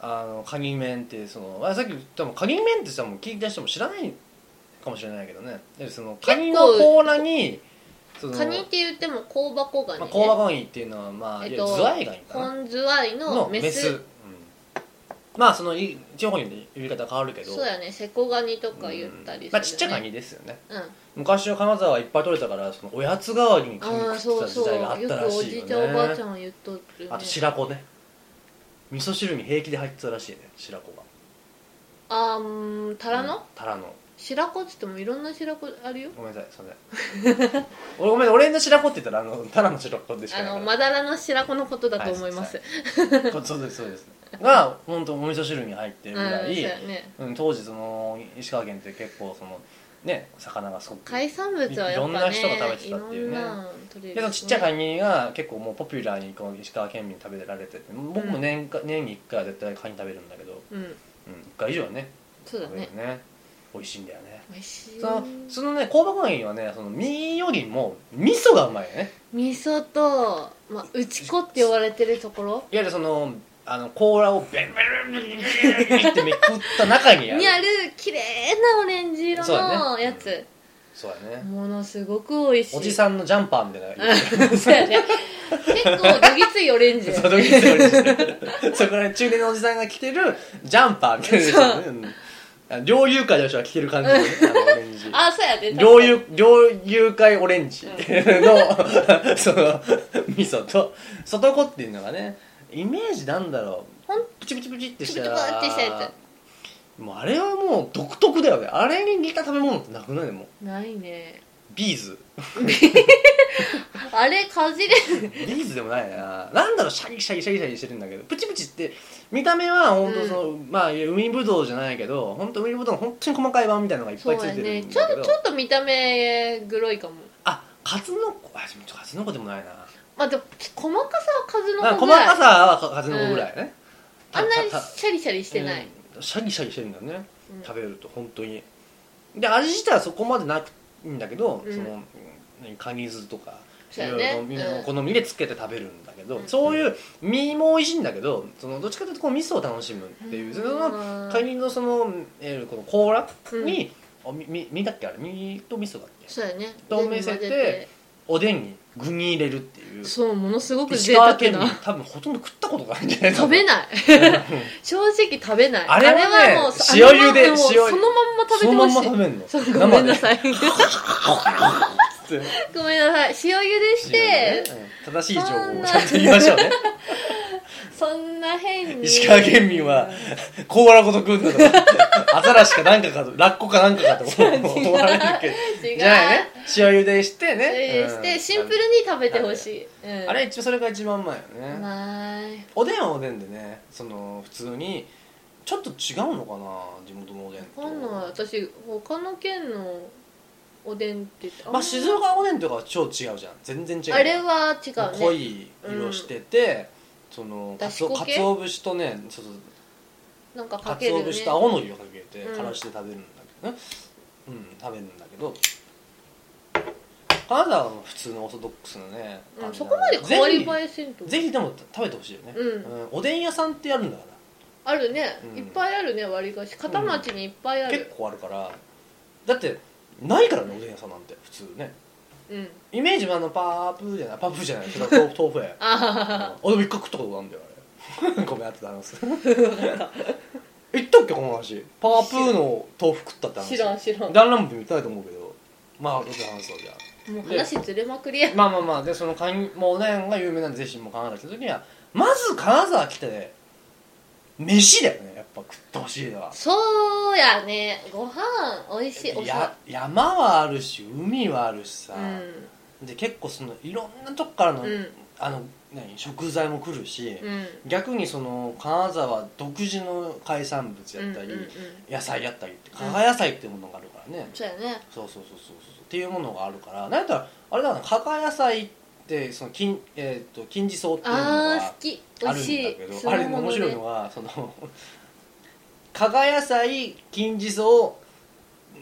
B: あのカニ面ってそのあさっき言ったもんカニ面ってさもう聞いた人も知らないかもしれないけどねでそのカニの甲羅にその
A: カニって言っても香箱ガニ、
B: まあ、
A: ね、
B: 甲羅ガニっていうのはまあ、
A: えっ
B: い
A: と
B: わゆるズワイガニかな
A: 本ズワイの
B: の
A: メ
B: メ
A: ス
B: スうんまあそのい地方によって呼び方変わるけど
A: そうやねセコガニとか言った
B: う
A: りする、ね
B: んまあ、ちっちゃいカニですよね
A: うん
B: 昔は金沢はいっぱい取れたからそのおやつ代わりにカニ
A: ああ
B: 食
A: そ
B: っ
A: うそ
B: てた時
A: う
B: 代があっ
A: よ
B: た
A: く
B: ら
A: お
B: しい
A: じ
B: よ
A: い
B: ね
A: ちゃんおばあちゃんは言っとるね
B: あと白子ね味噌汁に平気で入ってたらしいね白子が
A: あーうんタラの、
B: うんタラの
A: 白子っつってもいろんな白子あるよ
B: ごめんなさいそれ俺ごめん 俺の白子って言ったらあのタラの白子でしか
A: あ
B: ないから
A: のまだらの白子のことだと思います、
B: こ そうですそうですが本当お味噌汁に入ってるぐら
A: うんそう
B: い、
A: やね
B: うん、当時その石川県って結構そのね魚がすごく
A: 海産物はやっぱね
B: いろんな人が食べてたっていうね
A: ろんなの取れ
B: で
A: る
B: そのちっちゃいカニが結構もうポピュラーにこう石川県民に食べられてて僕も年か、年に1回は絶対カニ食べるんだけど、
A: うん
B: うん、1回以上はね
A: そうだ
B: 食べ
A: ね
B: るね美味しいんだよね
A: 美味しい
B: そのそのね香箱ガニはねその身よりも味噌がうまいよね
A: 味噌と、まあ、うちこって呼ばれてるところ
B: いわゆるそのあの甲羅をベンベンベンベンベンベンってめくった中にある
A: にある綺麗なオレンジ色
B: そうだ
A: の
B: ね
A: やつ、
B: そうだね
A: ものすごく美味しい
B: おじさんのジャンパーみたいな
A: うん そうやね結構どぎついオレンジ
B: そこらい中年のおじさんが着てるジャンパーみたいなやつねうん猟友会の人が着てる感じのねあのオレンジ
A: あそうやね
B: 猟友猟友会オレンジの、その 味噌と外子っていうのがねイメージなんだろう
A: ほん
B: プチプチプチってした
A: プチプチってしたや
B: もうあれはもう独特だよねあれに似た食べ物ってなくないもう
A: ないね
B: ビーズ
A: あれかじれる
B: ビーズでもないななんだろうシャキシャキシャキシャキしてるんだけどプチプチって見た目は本当その、まあ海ぶどうじゃないけど本当海ぶどうの本当に細かい版みたいなのがいっ
A: そ
B: ぱいうつい
A: や
B: てる
A: ね
B: ん
A: ちょ
B: だけど、
A: ちょっと見た目黒いかも
B: あカツノコあでもカツノコでもないな
A: まあでも細かさは数の
B: まあ
A: 子
B: 細
A: ぐらい
B: かさはか数の子ぐらいね、
A: あんなに
B: たた
A: シャリシャリしてない、
B: うんシャギシャギしてるんだよね、
A: うん
B: 食べると本当にで味自体はそこまでなくいいんだけど、
A: うん
B: そのうんカニ酢とかい
A: そうや
B: ろ
A: ね
B: いろみんな
A: う
B: お
A: ん
B: 好みでつけて食べるんだけど、
A: うん
B: そういう身も美味しいんだけどそのどっちかというとこう味噌を楽しむっていう、その
A: の
B: カニのその,、えーこの甲羅
A: うん
B: に、おみみ身だっけあれ身と味噌だっけ
A: そうやね
B: 透明性っ
A: 全
B: て
A: 部混ぜ
B: おでんに具に入れるっていう
A: そうものすごく
B: 石
A: 贅
B: 川
A: 沢
B: 県民
A: な
B: 多分ほとんど食ったことがないんじゃない かな
A: 食べない正直食べない
B: あれはね
A: そ
B: 塩茹で
A: あれはもう
B: 塩
A: そのまんま食べてほしい
B: そのまんま食べんの
A: そうごめんなさ い
B: 生で
A: ごめんなさい塩茹 でして、
B: うん正しい情報をちゃんと言いましょうね
A: そんな変に
B: 石川県民は甲羅ごと食うんだとかアザラシかなんかかとラッコかなんかかと思う思われるけど
A: 違 う
B: じゃあね塩茹でしてね
A: えー
B: うん
A: してシンプルに食べてほしい、うん、
B: あれ一応それが一番前よね、
A: ない
B: おでんはおでんでねその普通にちょっと違うのかな地元のおでんと
A: わかんない私他の県のおでんって言って
B: まあ静岡おでんとかは超違うじゃん全然違う
A: あれは違うね
B: 濃い色してて、そのか
A: だ
B: つ
A: し
B: お
A: こ系
B: 節とねそうそう
A: なんか
B: か
A: かけ
B: つ
A: る
B: お
A: ね
B: 節と青のりをかけて
A: うん
B: からして食べるんだけどねうん、食べるんだけどカナダは普通のオーソドックスのね
A: う
B: 感
A: ん、
B: じ
A: そ
B: な
A: こまで変わり映
B: ぜ
A: えせんと
B: ひぜひでも食べてほしいよね、
A: うん
B: おでん屋さんってやるんだか
A: あるね、
B: うん
A: いっぱいあるね割り菓子片町にいっぱいあ
B: ら結
A: る
B: 構あるからだってないからねおでん屋さんなんて普通ね
A: うん、
B: イメージはあのパープーじゃないパープーじゃないそれは豆腐豆腐や
A: あはは
B: あ
A: は
B: でも一回食ったことなんだよあれ ごめん後で話す言ったっけこの話パープーの豆腐食ったって話
A: 知らん知らん
B: ダンラムで見たいと思うけどまあ後で話すわじゃあ
A: もう話ずれまくりや
B: まあまあまあでそのカニもうおでんが有名なんでぜひもう金沢来た時にはまず金沢来て飯だよねやっぱ食ってほしいのは
A: そうやねご飯美味しいお
B: や
A: さ
B: 山はあるし海はあるしさ
A: う、ん
B: で結構そのいろんなとこからの,、
A: うん
B: あの何食材も来るし、
A: うん
B: 逆にその金沢独自の海産物やったり、
A: うんうんうん、
B: 野菜やったりって加賀野菜っていうものがあるからね、
A: そうやね
B: そうそうそうそうそうっていうものがあるからなんやったらあれだな加賀野菜ってその金えっ、と金地草っていうの
A: あー
B: が
A: 好き美
B: あ
A: 味
B: るん
A: し
B: だ
A: い
B: けど
A: そ
B: あ
A: の
B: れ
A: も
B: 面
A: の
B: 白い
A: ね
B: のはその加賀野菜金地草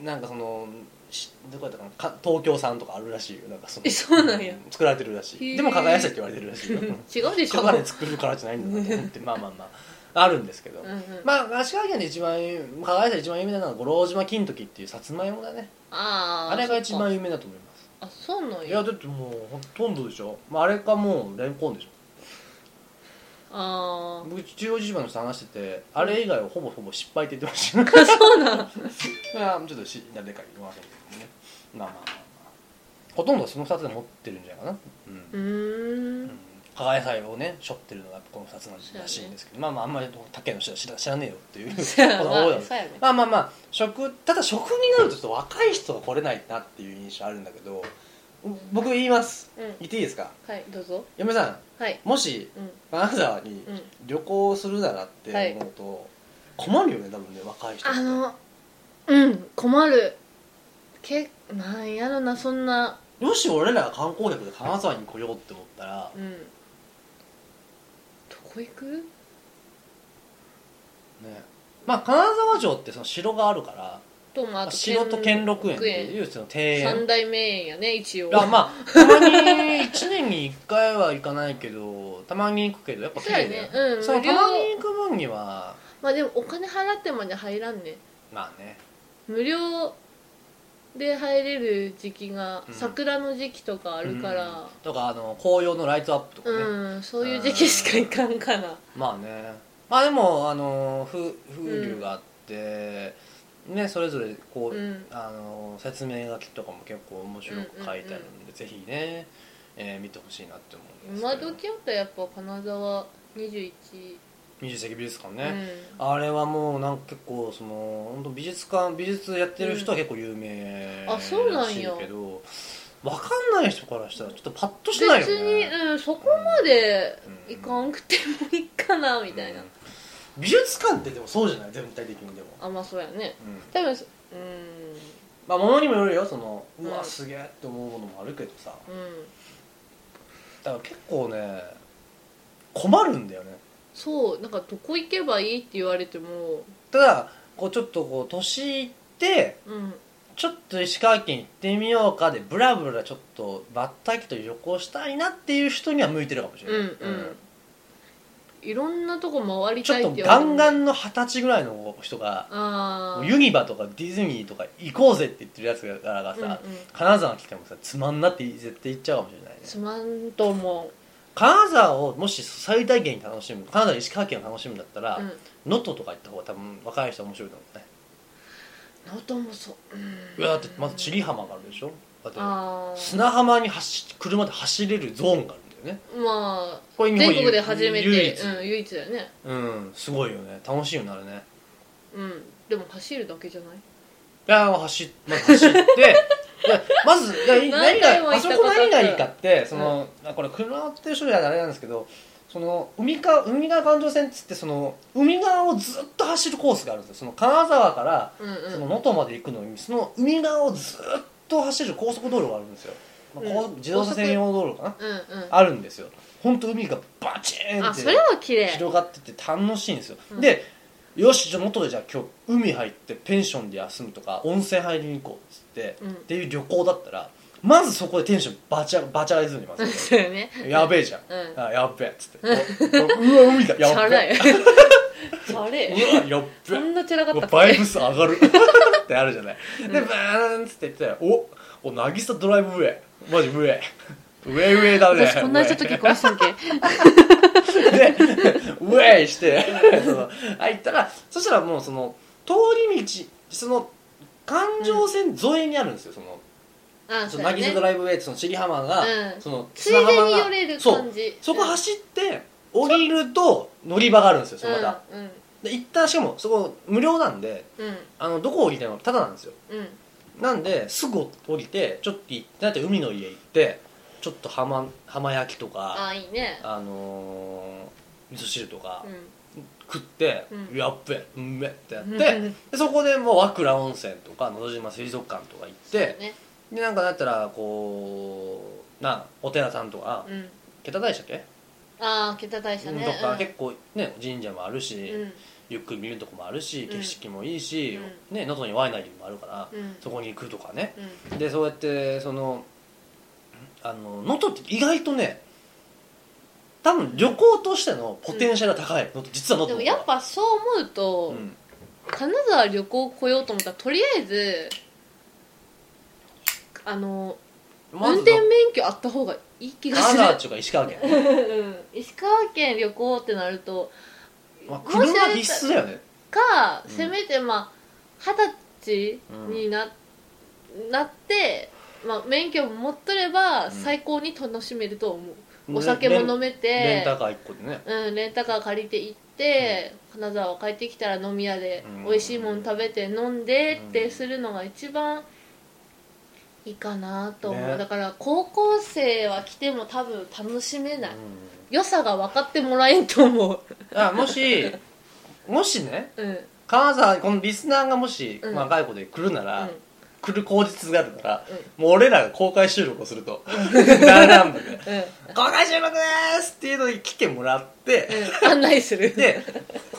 B: なんかそのしどこやったかなか東京産とかあるらしいよなんかその
A: えそうなんや
B: 作られてるらし
A: へ
B: い
A: ー
B: でも加賀野菜って言われてるらしいよ
A: 違うでしょ
B: 加賀で作るからじゃないんだなと思ってまあまあまああるんですけど、
A: うんうん、
B: まあ足利県で一番加賀野菜一番有名なのは五郎島金時っていうさつまいもだね
A: あー
B: あれが一
A: そっか
B: 番有名だと思います
A: あそうなん
B: いや
A: や
B: だってもうほとんどでしょ、まあ、あれかもうレンコンでしょ
A: あー
B: 僕中央市場の人と話しててあれ以外はほぼほぼ失敗って言ってましたね
A: そう なの
B: いやちょっとし誰かに言わせんけどねまあまあまあ、まあ、ほとんどその2つで持ってるんじゃないかな
A: う
B: うん、
A: ー
B: うん
A: ん
B: 加賀野菜をねしょってるのがこの2つなんらしいんですけど、まあまああんまり他県の人は知ら知らねえよっていう
A: そうや
B: こ
A: な ま
B: とが多いだろ
A: あ
B: う
A: そうやね
B: まあまあまあ食ただ食になるとちょっと若い人は来れないなっていう印象あるんだけど僕言います
A: うん
B: 言っていいですか
A: はいどうぞ
B: 嫁さん
A: はい
B: もし
A: うん
B: 金沢に旅行するならって思うと、困るよね多分ね若い人
A: あのうん困るけなんやろなそんな
B: もし俺らが観光客で金沢に来ようって思ったら
A: う、んどこ行く
B: ねまあ金沢城ってその城があるから
A: とまああと
B: 城と兼六園っていうその庭
A: 三
B: 園
A: 大名園やね一応
B: あまあたまに1年に1回は行かないけどたまに行くけどやっぱ綺
A: そうや
B: 麗だよ
A: ねうん
B: その
A: 無
B: た
A: 料
B: まに行く分には
A: まあでもお金払ってまで入らんね
B: まあね
A: 無料で入れる時期が
B: うん
A: 桜の時期とかあるから
B: とかあの紅葉のライトアップとか
A: う
B: ね、
A: ん、そういう時期しか行かんかな
B: まあねまあでもあのふ風流があって、ねそれぞれこう、
A: うん
B: あの説明書きとかも結構面白く書いてあるんで、ぜひね、えー見てほしいなって思うんです
A: 今
B: けど
A: 時やったらやっぱ金沢21
B: 二十世紀美術館
A: う
B: ね、
A: ん
B: あれはもうなんか結構その本当美術館美術やってる人は結構有名
A: うんあそうなんや
B: らしいけどわかんない人からしたらちょっとパッとしないよ
A: 別
B: ね
A: に、うん、そこまで行かんくてもいいかなみたいな、
B: うん美術館ってでもそうじゃない全体的にでも、
A: あまあそうやね
B: うん
A: 多分うん
B: まあ物にもよるよその
A: うん
B: うわすげえって思うものもあるけどさ
A: うん
B: だから結構ね困るんだよね
A: そうなんかどこ行けばいいって言われても
B: ただこうちょっとこう年いって
A: うん
B: ちょっと石川県行ってみようかでブラブラちょっとばったりと旅行したいなっていう人には向いてるかもしれ
A: う
B: ない、
A: んうんいろんなとこ回り
B: ちょ
A: た
B: っ
A: い
B: と
A: って言わ
B: ガ
A: れて
B: ン
A: も
B: ガンの二十歳ぐらいの人が
A: ああ
B: ユニバとかディズニーとか行こうぜって言ってるやつらがさ、
A: うんうん、
B: 金沢来てもさつまんなって絶対行っちゃうかもしれないね
A: すまんと思
B: 金沢をもし最大限に楽しむ金沢石川県を楽しむんだったら
A: ううん
B: 能登、とか行った方が多分若い人は面白いと思うね
A: 能登もそう
B: いやだってまず千里浜があるでしょだって
A: ああ
B: 砂浜に走車で走れるゾーンがあるんだよね
A: まあ
B: これ日
A: 全
B: 本
A: 国で初めて
B: 唯一
A: うん、唯一だよね
B: うん、すごいよね楽しいよねあれね
A: うんでも走るだけじゃない
B: いや走っまず走って いやまずいやい
A: 何
B: 何
A: 回も
B: が
A: 行
B: あ
A: っ
B: そ
A: た
B: こ
A: ことある
B: 何がいいかってその、あこれ車乗ってる人じゃあれなんですけどその海か海側環状線っつってその海側をずっと走るコースがあるんですよその金沢から
A: うんうん
B: その能登まで行くのにその海側をずっと走る高速道路があるんですよ、
A: う
B: まあ
A: ん
B: 高速自動車専用道路かな
A: うんうん
B: あるんですよ本当海がバチーン
A: あ
B: って
A: それは綺麗
B: 広がってて楽しいんですよ、
A: うん
B: でよしじゃあ能登でじゃあ今日海入ってペンションで休むとか温泉入りに行こうっつって、
A: うん
B: っていう旅行だったらまずそこでテンションバチャバチャられずにま ず
A: そうよね
B: やべえじゃん、
A: うん
B: あやっべえっつっておおうわ海だ
A: チ
B: やっ
A: ャ
B: べ
A: ラ
B: え
A: いチャレ
B: うわやっべ
A: そ
B: え
A: んなチャラかったっけ
B: バイブス上がる ってあるじゃないでバーンっつって言っておお渚ドライブウェイマジ上上上だね
A: 私こんな人と結婚したんけ
B: でウェイしてその入ったらそしたらもうその通り道その環状線沿いにあるんですよ、その
A: あ
B: そ
A: そう
B: の
A: や
B: 渚ド
A: ね
B: ライブウェイってその尻浜が、
A: うん
B: その
A: ついで
B: 砂浜
A: に
B: が
A: 寄れる
B: そう
A: 感じ
B: そこ走って降りると乗り場があるんですよそ
A: うん
B: のまた、
A: うん
B: で一旦しかもそこ無料なんで
A: うん
B: あのどこ降りてもタダなんですよ
A: うん
B: なんですぐ降りてちょっと行ってだって海の家行ってちょっと浜浜焼きとか
A: あいいね
B: あのー、味噌汁とか
A: う
B: 食って、
A: うん
B: やっべうめってやって、
A: ん
B: でそこでもう和倉温泉とかのど島水族館とか行って
A: ね
B: でなんかだったらこうなお寺さんとか
A: うん
B: 桁大社っけ、
A: ああ桁大
B: う
A: 社
B: ん
A: ね
B: とか、
A: うん
B: 結構ね神社もあるし、
A: うん
B: ゆっくり見るとこもあるし
A: ん
B: 景色もいいし、ね能登にワイナリーもあるから、
A: うん
B: そこに行くとかね
A: うん
B: でそうやってそのあの能登って意外とね多分旅行としてのポテンシャルが高いの、実は能
A: でも
B: 登
A: やっぱそう思うと、
B: うん
A: 金沢旅行来ようと思ったらとりあえずあの
B: ま
A: 運
B: ず
A: 転免許あった方がいい気が
B: 金
A: す
B: 沢
A: る
B: っちゅうか石川県、
A: うん石川県旅行ってなると
B: まあ、
A: もし
B: 車は必須だよね
A: か、
B: うん
A: せめてまあ二十歳にな,、なって、まあ、免許も持っとれば
B: ん
A: 最高に楽しめると思う、
B: ね
A: お酒も飲めて
B: レンレンタカー1個でね
A: うん、レンタカー借りて行って、金沢帰ってきたら飲み屋で
B: うん
A: 美味しいもん食べて飲んでっ
B: う
A: て
B: ん
A: するのが一番いいかなと思う、
B: ね
A: だから高校生は来ても多分楽しめない、
B: う
A: 良さが分かってもらえんと思 う
B: んあもしもしね
A: うん、うん、
B: 金沢このリスナーがもし、
A: うん
B: まあ、外で来るなら、来る口実があるから、もう俺らが公開収録をするとダランブで
A: うん、
B: 公開収録でーすっていうのに来てもらって、
A: うん、案内する
B: で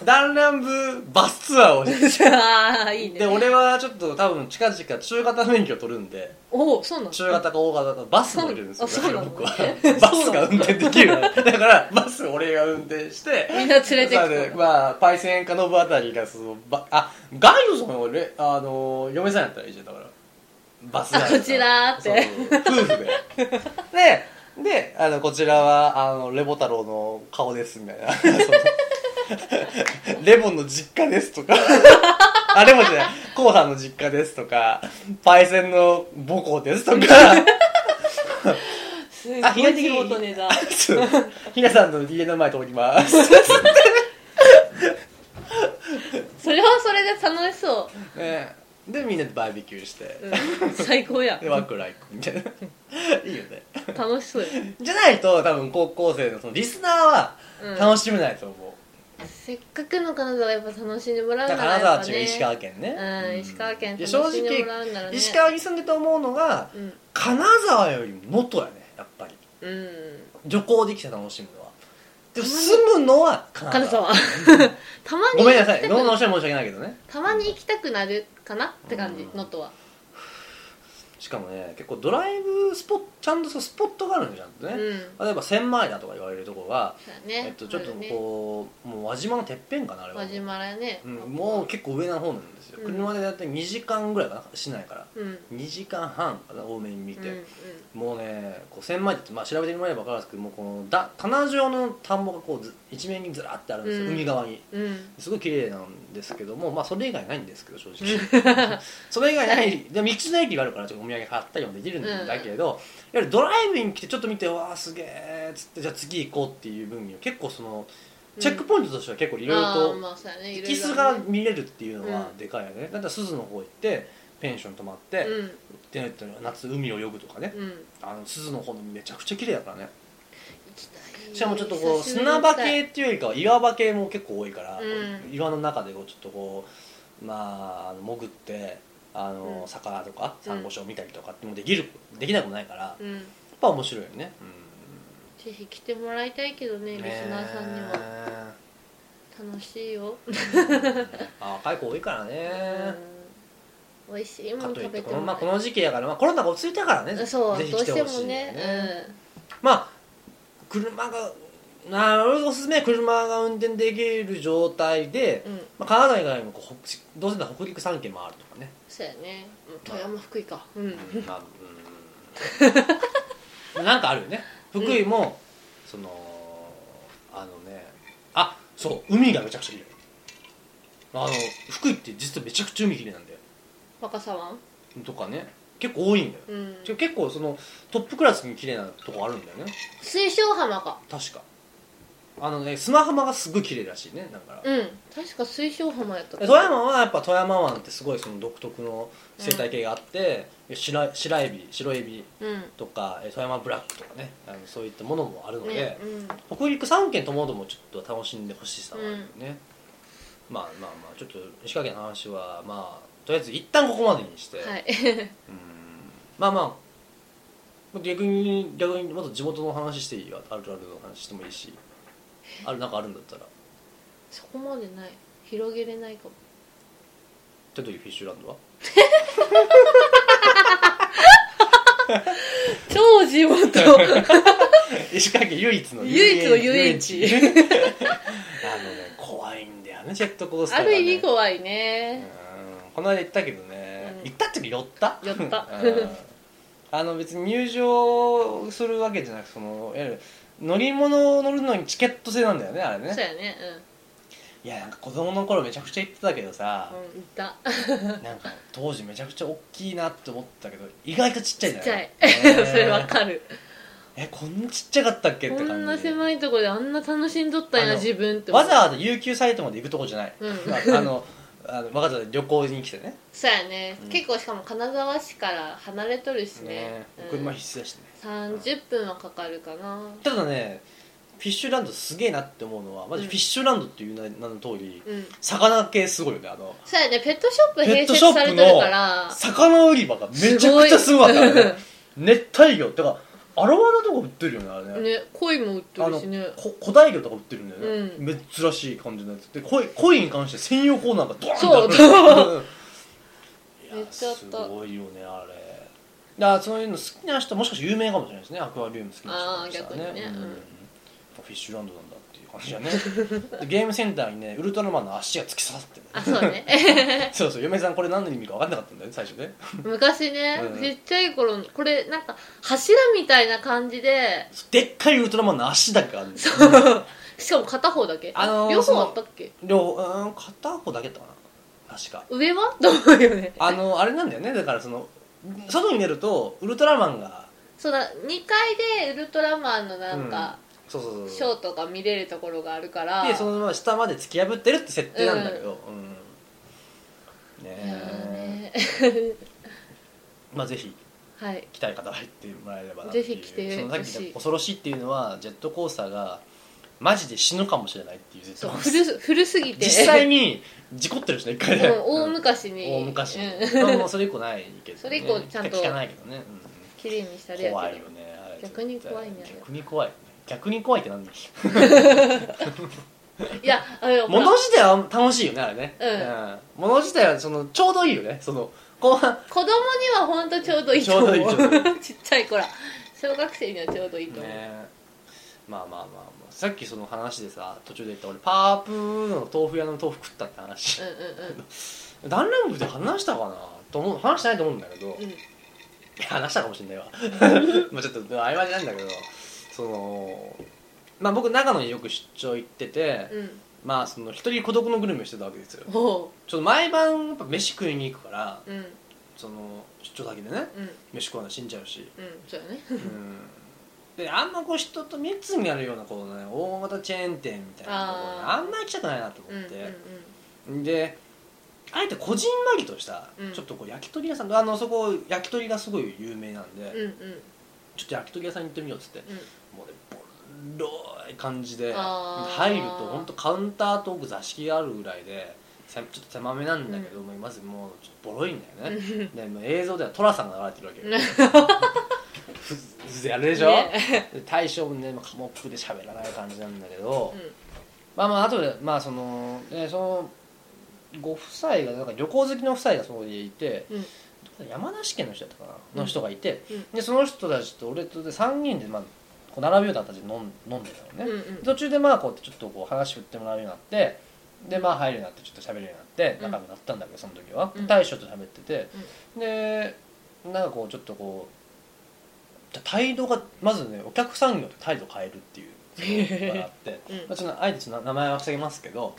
B: 弾丸部バスツアーをし
A: ああいいね
B: て俺はちょっと多分近々中型免許取るんで
A: おおそうなの
B: 中型か大型かバス乗れるんですよ
A: あそうなの
B: 僕はバスが運転できるようになるだからバス俺が運転して
A: みんな連れて
B: さあ
A: く
B: ね
A: る
B: まあパイセンかノブあたりがそのばあガイドさんはねあの嫁さんやったらいいじゃんだからバスガイドさん
A: あこちらーって
B: そうそう夫婦 ででであのこちらはあのレボ太郎の顔ですみたいなそのレボの実家ですとかあレボじゃないコウさんの実家ですとかパイセンの母校ですとか
A: すごい
B: あ比較的
A: 仕事ネタ
B: そうひなさんの家の前通ります
A: それはそれで楽しそ
B: ねでみんなでバーベキューして、
A: う、うん、最高や
B: でワクラ行くみたいな いいよね
A: 楽しそうや
B: じゃないと多分高校生のそのリスナーは
A: うん
B: 楽しめないと思う、
A: せっかくの金沢やっぱ楽しんでもらう
B: だ
A: な
B: からら金沢
A: やっ
B: 中
A: ぱね
B: 石川県ね、
A: うん石川県
B: いや
A: 楽しんでもらうならね
B: 石川に住んでて思うのが
A: うん
B: 金沢よりも能登やねやっぱり
A: うん
B: 旅行できて楽しむのはでも住むのは金沢
A: 金沢たまに
B: ごめんなさい
A: 行きたく
B: 能登の人に申し訳ないけどね
A: たまに行きたくなるかなって感じ
B: うん
A: 能登は
B: しかもね結構ドライブスポットちゃんとそうスポットがあるんじゃんと
A: う
B: ね、
A: ん
B: 例えば千枚田とか言われるところは、
A: だね
B: えっと、ちょっと
A: あるね
B: こうもう輪島のてっぺんかなあれは
A: 輪島らね
B: うん、もう結構上の方なんですよ、
A: うん
B: 車でだって2時間ぐらいかな市内から
A: うんうん
B: 2時間半かな多めに見
A: うん
B: て、もうねこう千枚田って、まあ、調べてもらえば分かるんですけどもうこのだ棚状の田んぼがこうず一面にずらってあるんですよ、
A: うん
B: 海側に
A: うんうん
B: すごい綺麗なんですけどもまあそれ以外ないんですけど正直 それ以外ないで道の駅があるからちょっとお土産買ったりもできるんだけど、いわゆるドライブに来てちょっと見てわあすげえっつってじゃあ次行こうっていう分には結構そのチェックポイントとしては結構いろいろと、
A: あーまあそうやねいろいろね
B: キスが見れるっていうのは
A: うん
B: でかいよね、だったら鈴の方行ってペンション泊まって、
A: う
B: っ
A: ん
B: てなったら夏海を泳ぐとかね
A: うん行
B: あの鈴の方のめちゃくちゃ綺麗だからね
A: きたい
B: しかもちょっとこう
A: 久しぶりに
B: 砂
A: 行きた
B: 場
A: い
B: 系っていうよりかは岩場系も結構多いから、
A: うん
B: 岩の中でこうちょっとこうまああの潜ってあの、
A: うん
B: 魚とかサンゴ礁見たりとかってもできるできなくもないから、やっ
A: うん
B: ぱ面白いよね、
A: ぜひ来てもらいたいけどね
B: う
A: リ
B: ん
A: スナーさんには
B: ね
A: 楽しいよ
B: えあ若い子多いからね、
A: うん美味しいも
B: か
A: の
B: とい
A: 食
B: って
A: べて
B: この,、まあ、こ
A: も
B: の時期だから、まあ、コロナが落ち着いたからね
A: らそう
B: ぜひ
A: どう
B: 来て
A: して
B: ほ
A: も
B: しい
A: ね
B: まあ車がなるおすすめは車が運転できる状態で、
A: うん、うん、
B: まあ、カナダ以外にもこう北どうせなら北陸3県もあるとかね、
A: そうやねうん富山福井かうん、
B: まあうん なんかあるよね福井も、そのあのねあそう海がめちゃくちゃ綺麗あの福井って実はめちゃくちゃ海綺麗なんだよ
A: 若狭湾
B: とかね結構多いんだよ
A: うん
B: てか結構そのトップクラスに綺麗なとこあるんだよね
A: 水晶浜か
B: 確かあのね砂浜がすごい綺麗らしいねだから、
A: うん確か水晶浜やった
B: 富山はやっぱ富山湾ってすごいその独特の生態系があって、白白エビ白エビ
A: うん
B: とかえー富山ブラックとかねあのそういったものもあるので、
A: ねうん
B: 北陸3県ともどもちょっと楽しんでほしさはあるよね、まあまあまあちょっと石川県の話はまあとりあえず一旦ここまでにして、
A: はい
B: うんまあまあ逆に逆にもっと地元の話していいよあるあるの話してもいいしあるなんかあるんだったら
A: そこまでない広げれないかも
B: 手取りフィッシュランドは
A: 超地元
B: 石川県唯一の
A: 唯一の遊園地
B: 遊園地あのね怖いんだよねジェットコースター
A: あ
B: が、ね、
A: る意味怖いうね
B: んこの間行ったけどね、
A: うん
B: 行ったっていうか寄った
A: やった
B: うんあの別に入場するわけじゃなくそのいわゆる乗り物を乗るのにチケット制なんだよねあれ
A: そう
B: ね
A: やね
B: いやなんか子供の頃めちゃくちゃ行ってたけどさ
A: うん、、うん、いた
B: なんか当時めちゃくちゃ大きいなって思ったけど意外とちっちゃいん
A: ちっ
B: だ
A: ち
B: よ
A: ゃ
B: ね
A: い
B: ね
A: それわかる
B: えこんなちっちゃかったっけっ
A: こ
B: て感じ
A: んな狭いとこであんな楽しんどったん
B: あ
A: や
B: の
A: 自分って思う
B: わざわざ有給サイトまで行くとこじゃない、
A: うん
B: ああのあのわざわざ旅行に来てね
A: そうやね、
B: うん
A: 結構しかも金沢市から離れとるしねうん
B: 車必須だしね
A: 30分はかかるかな
B: ただねフィッシュランドすげえなって思うのはまず
A: うん
B: フィッシュランドっていう名の通り、
A: うん
B: 魚系すごいよねあの
A: そうやねペットショップ併
B: ペット
A: 設
B: ショッ
A: され
B: プ
A: てる
B: の
A: から
B: 魚売り場がめちゃくちゃすごかった からね熱帯魚ってかアロワナとか売ってるよねあれね
A: ね鯉も売って
B: あ
A: る
B: の
A: しね
B: こ古代魚とか売ってるんだよね、
A: う
B: 珍しい感じのやつでコイコイに関して専用コーナーがドーン
A: そう
B: ってあるい
A: めっ
B: や
A: ちゃあった
B: すごいよねあれだからそういうの好きな人もしかして有名かもしれないですねアクアリウム好きな人したら
A: あー逆にね
B: うん
A: うん
B: フィッシュランドなんだっていう感じだねでゲームセンターにねウルトラマンの足が突き刺さってる
A: あそうね
B: そうそう嫁さんこれ何の意味か分かんなかったんだよね最初ね
A: 昔ね
B: うん
A: ちっちゃい頃これなんか柱みたいな感じで
B: でっかいウルトラマンの足だけあるんですよ
A: しかも片方だけ、
B: あのー
A: 両
B: そ
A: 方
B: の
A: あったっけ
B: 両方うーん片方だけだったかな確か
A: 上はと思うよね
B: あのあれなんだよねだからその外に出るとウルトラマンが
A: そうだ2階でウルトラマンのなんか、
B: そうそうそう
A: ショーとか見れるところがあるから
B: でそのまま下まで突き破ってるって設定なんだけど、うんね
A: いやー
B: え、
A: ね
B: まあぜひ
A: はい
B: 来たい方は入ってもらえればなっていう
A: ぜひ来てほしい
B: そのさっき言った恐ろしいっていうのはジェットコースターがマジで死ぬかもしれないっていうジェッ
A: そう
B: トコースター
A: 古す古すぎて
B: 実際に事故ってるしね一回ね、
A: もう大昔に、
B: 大昔、
A: うん
B: まあもうそれ以降ないけど、ね、
A: それ以降ちゃんと
B: 聞かないけどね、
A: 綺麗にした
B: うん
A: れやけど
B: 怖いよねあれ
A: 逆に怖いねあれ
B: 逆に怖い逆に怖いっ てなんだ
A: いやあれほら
B: 物自体は楽しいよねあれね、
A: うん
B: 物自体はそのちょうどいいよねその後半
A: 子供には本当ちょうどいいと思う
B: ちょうどいいちょうど
A: ちっちゃい子ら小学生にはちょうどいいと思う、
B: ねまあまあまあ、まあ、さっきその話でさ途中で言った俺パープーの豆腐屋の豆腐食ったって話
A: うんう
B: ダンラムで話したかなと思う話してないと思うんだけど
A: んうんうん
B: いや話したかもしれないわ まあちょっと曖昧なんだけどそのまあ僕長野によく出張行ってて、
A: うん
B: まあその一人孤独のグルメしてたわけですよ
A: おう
B: ちょっと毎晩やっぱ飯食いに行くから
A: うんうん
B: その出張先でね飯食わない死んじゃうし
A: うんそうやね
B: うんであんまこう人と密になるようなこう、ね、大型チェーン店みたいなところに
A: あー
B: あんま行きたくないなと
A: うん
B: 思
A: うん
B: っ
A: うん
B: て、であえてこじんまりとした、
A: うん
B: ちょっとこう焼き鳥屋さんあのそこ焼き鳥がすごい有名なんで、
A: うんうん
B: ちょっと焼き鳥屋さんに行ってみようっつって
A: うん
B: もうねボロい感じで
A: あー
B: 入ると本当カウンターと奥座敷があるぐらいでせちょっと狭めなんだけど、もうまずもうちょっとボロいんだよね、でもう映像では寅さんが流れてるわけよ、 ふふやるでしょ、
A: ね
B: で大将もね、まあ、寡黙で喋らない感じなんだけど、
A: うん
B: まあまああとでまあその、ね、そのご夫妻がなんか旅行好きの夫妻がそこでいて、
A: うん
B: 山梨県の人だったかな、
A: うん
B: の人がいて、
A: うん
B: でその人たちと俺とで3人で、まあ、こう並ぶような形で飲ん飲んでたのね、
A: うんうん
B: 途中でまあこうちょっとこう話振ってもらうようになってでまあ入るようになってちょっと喋るようになって
A: うん
B: 仲良くなったんだけどその時は、
A: うん
B: 大将と喋ってて、でなんかこうちょっとこう態度がまずねお客さんによって態度変えるっ ていうのがあって、
A: うん
B: まあ、ちょっとあえてちょっと名前は防げますけど、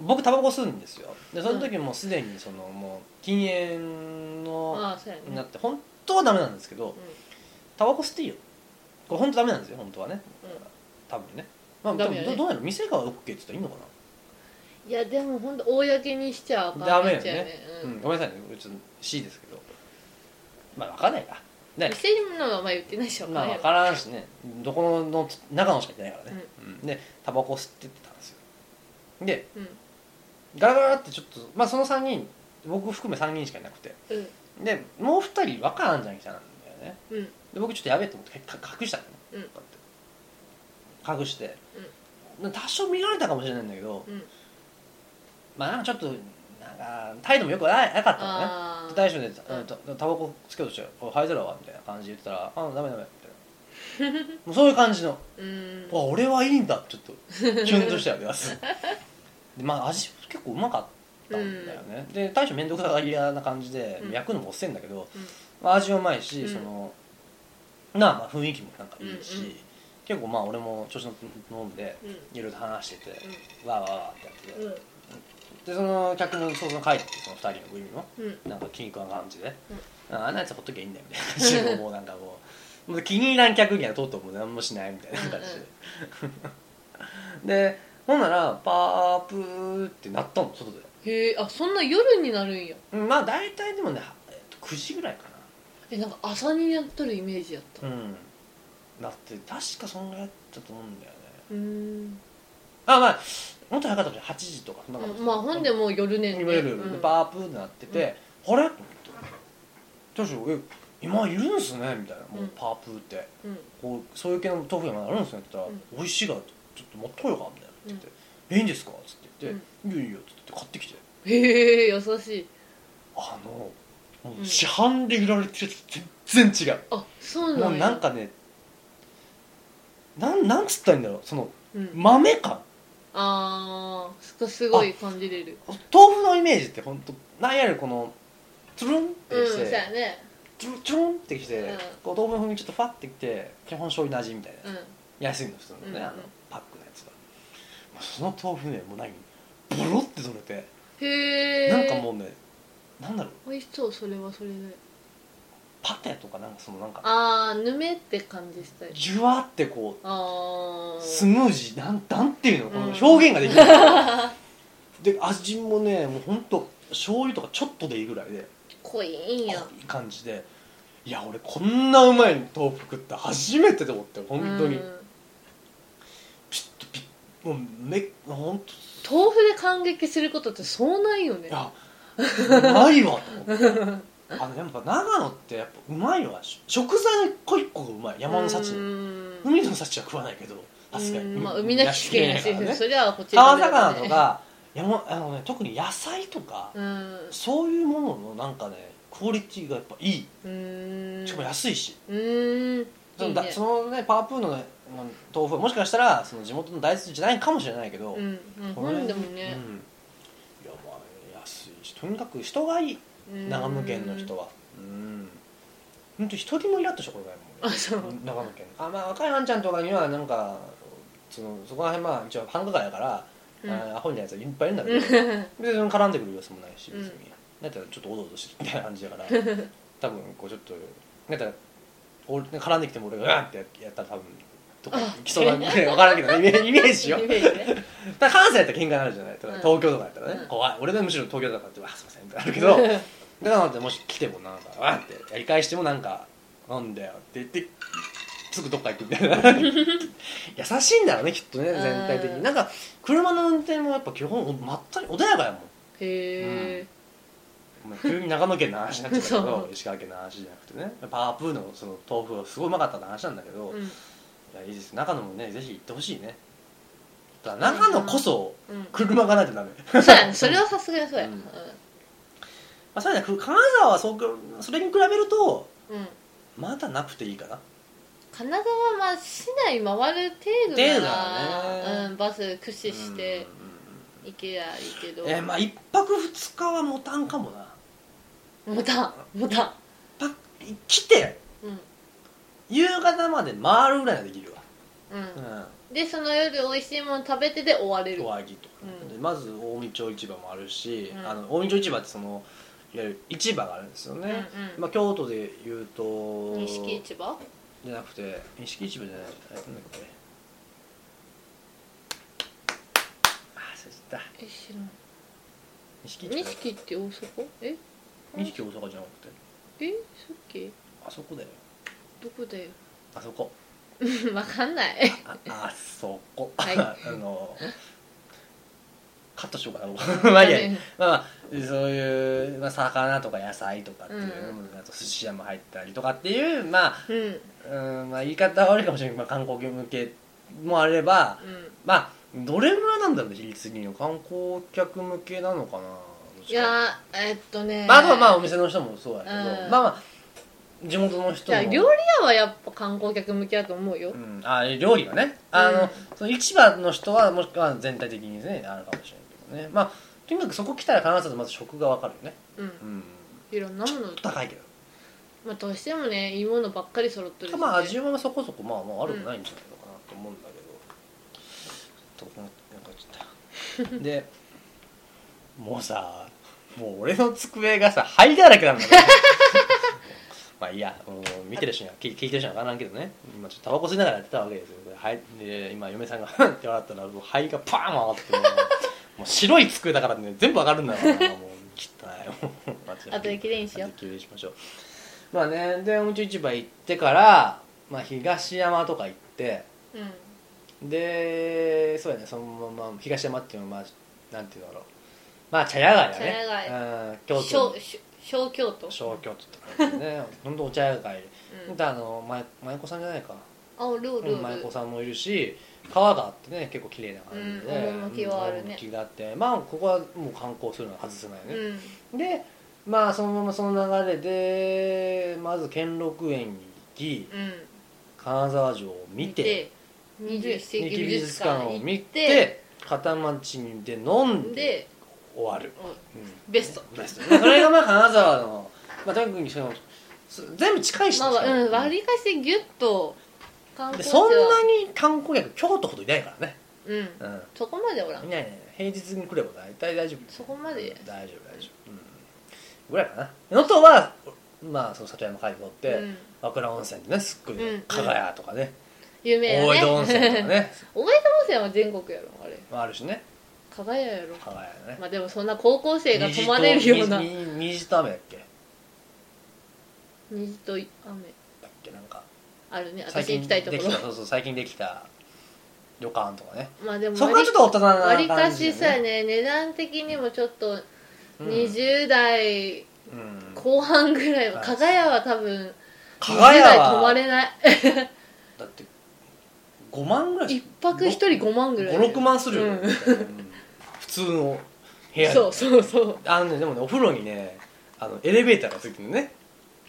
B: 僕タバコ吸うんですよでその時もうすでにそのもう禁煙の
A: まあそうやね
B: になって本当はダメなんですけどタバコ吸っていいよこれ本当ダメなんですよ本当はね
A: うんうん
B: 多分ね,、まあ、
A: ダメよね
B: でもどどうなの店が OK って言ったらいいのか
A: いやでも本当公にしちゃあかん
B: ダメよね
A: やつや
B: な、
A: う
B: うんんごめんなさいねうちの C ですけどまあ分かんないかね
A: 店にの名前言ってないでしょ
B: まあ分からんしねどこのの中のしか言ってないからね、うんでタバコ吸ってってたんですよで
A: うん
B: ガラガラってちょっとまあその3人僕含め3人しかいなくて
A: うん
B: でもう2人若あんじゃんきたなんだよね
A: うん
B: で僕ちょっとやべえと思ってか隠したのね、
A: うん
B: こうやって隠して、多少見られたかもしれないんだけど、
A: うん
B: まあなんかちょっとなんか態度もよくななかったのね
A: ああ
B: 大将で「うんたタバコつけようとしておい灰皿は?」みたいな感じで言ってたら「あダメダメ」 みたいなもうそういう感じの
A: うん
B: 「わ俺はいいんだ」ちょっとキュンとしたわけですでまあ味結構うまかったんだよね、で大将面倒くさがり屋な感じで、
A: うん
B: 焼くのもおっせんだけど、
A: うん
B: まあ、味うまいし、
A: うん
B: そのなあまあ雰囲気もなんかいいし、
A: うんうん
B: 結構まあ俺も調子乗って飲んで
A: うん
B: いろいろと話してて、
A: う
B: わーわーわーってやってて、
A: うん
B: でその客もそうそう帰ってきてその2人の組の
A: うん
B: なんか気に食わん感じで、ああんなやつほっときゃいいんだよみたいな感じでもうなんかもうもう気に入らん客にはとうとうもう何もしないみたいな感じででほんならパープーってなったの外で
A: へえあそんな夜になるんや
B: うんまあ大体でもね、えっと、9時ぐらいか
A: えなんか朝にやっとるイメージやった
B: なうんなって確かそんぐらいだったと思うんだよね
A: うん
B: あまあもっと早かったけど8時とかそんな感じ
A: まあ本でもう夜ねんね
B: 今夜、
A: うん
B: でパープーってなってて「あれ?」と思って「どうしようえ今いるんすね」みたいなもううんパープーって。
A: うん
B: こうそういう系の豆腐があるんですねって言った
A: う
B: ら
A: ん
B: 「美味しいからちょっと持っとうよか」みたいな言って「えいいんですか?」っつって言って「いいよいいよ」っつって買ってきて
A: へえ優しい
B: あのも
A: う
B: うん市販で売られてるやつ全然違
A: あそう
B: う
A: なんや
B: もうなんかねなんなんつったらいいんだろうその
A: うん
B: 豆感
A: ああすごすごい感じれる
B: 豆腐のイメージって本当なんやるこのつるんっ
A: う
B: て
A: ん
B: し
A: そう
B: て
A: やね
B: つるつるんってきて
A: うん
B: こう豆腐の風味ちょっとファッてきて基本醤油の味みたいな
A: うん
B: 安いの普通のね、
A: うん
B: あのパックのやつがもうその豆腐ねもう何ボロって取れて、
A: へえ
B: なんかもうねなんだろう
A: 美味しそうそれはそれで
B: パテとかなんかそのなんか
A: ああぬめって感じしたい
B: ジュワってこ
A: あ
B: う
A: あ
B: スムージーなんなんていうのこの
A: うん
B: 表現ができな い、で味もねもうほんと醤油とかちょっとでいいぐらいで
A: 濃いん
B: いい
A: や
B: 感じでいや俺こんなうまい豆腐食って初めてと思って本当に、
A: うん
B: ピッとピッもうめほんと
A: 豆腐で感激することってそうないよね
B: いやないわと思ってあのやっぱ長野ってやっぱうまいわし食材の一個一個がうまい山の
A: う
B: 幸
A: ん
B: 海の幸は食わないけどさすが
A: う
B: に
A: んまあ海なき県やし、
B: 海なき県やからね
A: それはこっちで食
B: 川
A: べれば
B: 魚
A: ね
B: とか山あの、ね、特に野菜とか、
A: うん
B: そういうもののなんかねクオリティがやっぱいいう
A: ーん
B: しかも安いし、
A: うーん
B: その
A: いい
B: だ
A: ね
B: そのねパープーのねまあ豆腐はもしかしたらその地元の大豆じゃないかもしれないけど、
A: うんうん
B: これ
A: 本でもね
B: うん、いやまあ安いしとにかく人がいい長野県の人
A: は
B: はうん本当一人もイラッとしたことない
A: あ
B: も
A: そうん
B: 長野県あまあ若いあんちゃんとかにはなんかそのそこら辺まあ一応繁華街やから、
A: うん
B: あアホみたいなやつはいっぱいいるんだけ
A: う
B: ど
A: ん
B: 別 に絡んでくる様子もないし
A: うん
B: 別に、だったらちょっとおどおどしてるみたいな感じだ から多分こうちょっとだったら俺絡んできても俺がうわーってやったら多分とか
A: あ
B: 来そうなんで分からん けどねイメージイメージよ
A: イメージ ね
B: だから関西やったら喧嘩になるじゃないだから
A: うん
B: 東京とかやったらね、
A: うん
B: 怖い俺でむしろ東京とかって「わすいません」ってなるけどだからもし来てもなんかわーってやり返してもなんか「なんだよ」って言ってすぐどっか行くみたい な優しいんだろうねきっとね
A: うん
B: 全体的になんか車の運転もやっぱ基本まったり穏やかやも
A: へ
B: ん
A: え
B: お前急に長野県の話になっちゃった け
A: そ
B: ど
A: う
B: 石川県の話じゃなくてねパープーのその豆腐がすごいうまかったって話なんだけど、
A: う
B: い
A: ん
B: やいいです中野もねぜひ行ってほしいねだから長野こそ
A: うん
B: 車がないとダメ、ま
A: そうやね それはさすがにそうや
B: う
A: うんん
B: あ、そうだね金沢はそうくそれに比べると
A: うん
B: まだなくていいかな
A: 金沢はまあ市内回る程度
B: 程
A: な
B: 度だ
A: ら、
B: ね
A: うん、バス駆使して
B: う
A: 行
B: ん
A: けりゃいいけど、
B: うんうんえーまあ1泊2日は持たんかもな
A: もたもた
B: パ来て
A: うん
B: 夕方まで回るぐらいはできるわ
A: うん
B: うん
A: でその夜美味しいもの食べてで終われる
B: 上着と、
A: うん
B: でまず近江町市場もあるし、
A: うん
B: あの近江町市場ってそのいわゆる市場があるんですよ
A: うん
B: ね、
A: うん
B: まあ、京都で言うと
A: 錦市場
B: じゃなくて錦市場じゃないえなんだっけあーそうだ
A: え知らん
B: 錦市場
A: 錦って大阪え
B: 錦大阪じゃなくて
A: えさっき
B: あそこだよ
A: どこだよ
B: あそこ
A: わかんない
B: ああそこ、
A: はい
B: あのカットしようかなもう まあいいやまあまあ、そういう、まあ、魚とか野菜とかっていうのも、あと寿司屋も入ったりとかっていう、まあ
A: うんうん
B: うんまあ、言い方は悪いかもしれないけど、まあ、観光業向けもあれば、まあ、どれぐらいなんだろうね比率的には観光客向けなのかなどっ
A: い
B: ちか
A: やえっとね
B: まあ、あとはまあお店の人もそうだけど、
A: うん
B: まあまあ地元の人
A: じゃあ
B: も
A: 料理屋はやっぱ観光客向けだと思うよ
B: うん、あ料理がねあの、
A: うん
B: その市場の人はもしくは全体的にねあるかもしれないけどねまあとにかくそこ来たら必ずまず食が分かるよね
A: うん
B: うん
A: いろんなもの
B: 高いけど
A: まあどうしてもねいいものばっかり揃ってるしね
B: まあ味はそこそこまあまああるくないんじゃないのかなと思うんだけど、となんかちょっとでもうさもう俺の机がさ灰だらけなんだよ まあいいやもう見てる人には聞い聞いてる人には分からんけどね今ちょっとタバコ吸いながらやってたわけですよではいで今嫁さんが って笑ったらもう灰がパーン回ってもうもう白い机だからね全部わかるんだからなもう汚いもうマジ
A: あとで綺麗にしよう
B: 後で綺麗にしましょうまあねでおうち市場行ってから、まあ、東山とか行って
A: うん
B: でそうやねそのまま東山っていうのはまあなんていうんだろうまあ茶屋街だね
A: 茶屋
B: うん、京都
A: 小小小京都
B: 小京都って感じ でね本当お茶屋街
A: う
B: ほん
A: ん
B: とあの舞舞妓さんじゃないか
A: あおるおるお
B: うん舞
A: る
B: 妓さんもいるし川があってね結構綺麗な感じで、
A: うん趣はあるね
B: 趣があってまあここはもう観光するのは外せないよね、
A: うん
B: でまあそのままその流れでまず兼六園に行き
A: うん
B: 金沢城を見て
A: 21世紀美
B: 日美
A: 術
B: 術
A: 館
B: 館
A: を
B: を
A: 見
B: 見
A: て
B: て片町で飲んで
A: で
B: 終わる、
A: お
B: うん
A: ベスト
B: ベストねそれがまあ金沢の、まあ、特にそのす全部近いし、
A: まあまあうん
B: うん
A: 割りかしギュッと観
B: で
A: 光地
B: そんな
A: は
B: に観光客京都ほどいないからね、
A: うん
B: うん
A: そこまでおら
B: い
A: ん
B: ないいない平日に来れば大体大丈夫
A: そこまで
B: 大丈夫大丈夫、うん、ぐらいかな能登はまあその里山街道って、
A: うん
B: 和倉温泉でねすっごいね、
A: うん
B: 加賀屋とかね、
A: 有名やね
B: 大江戸温泉とかね
A: 大江戸温泉は全国やろあれ
B: まああるしね
A: 加賀屋やろ
B: 加賀屋ね、
A: まあでもそんな高校生が泊まれるよ うな
B: 虹と虹虹と雨だっけ
A: 虹と雨
B: だっけなんか
A: あるね私行きたいとこ
B: できた
A: ろ
B: そうそう最近できた旅館とかね
A: まあでも
B: そこはちょっと大人な感じ、ね、
A: 割かしさね値段的にもちょっと
B: うん、
A: 20代
B: うん
A: 後半ぐらいは
B: うん
A: 加賀屋は多分
B: 加
A: 20
B: 賀
A: 代
B: 屋
A: 泊ま
B: は
A: れない
B: だって5万ぐらい
A: 一泊一人5万ぐらい
B: 56万するよ、ね
A: うん
B: うん普通の部屋で
A: そうそうそう
B: あのねでもねお風呂にねあのエレベーターがついてるのね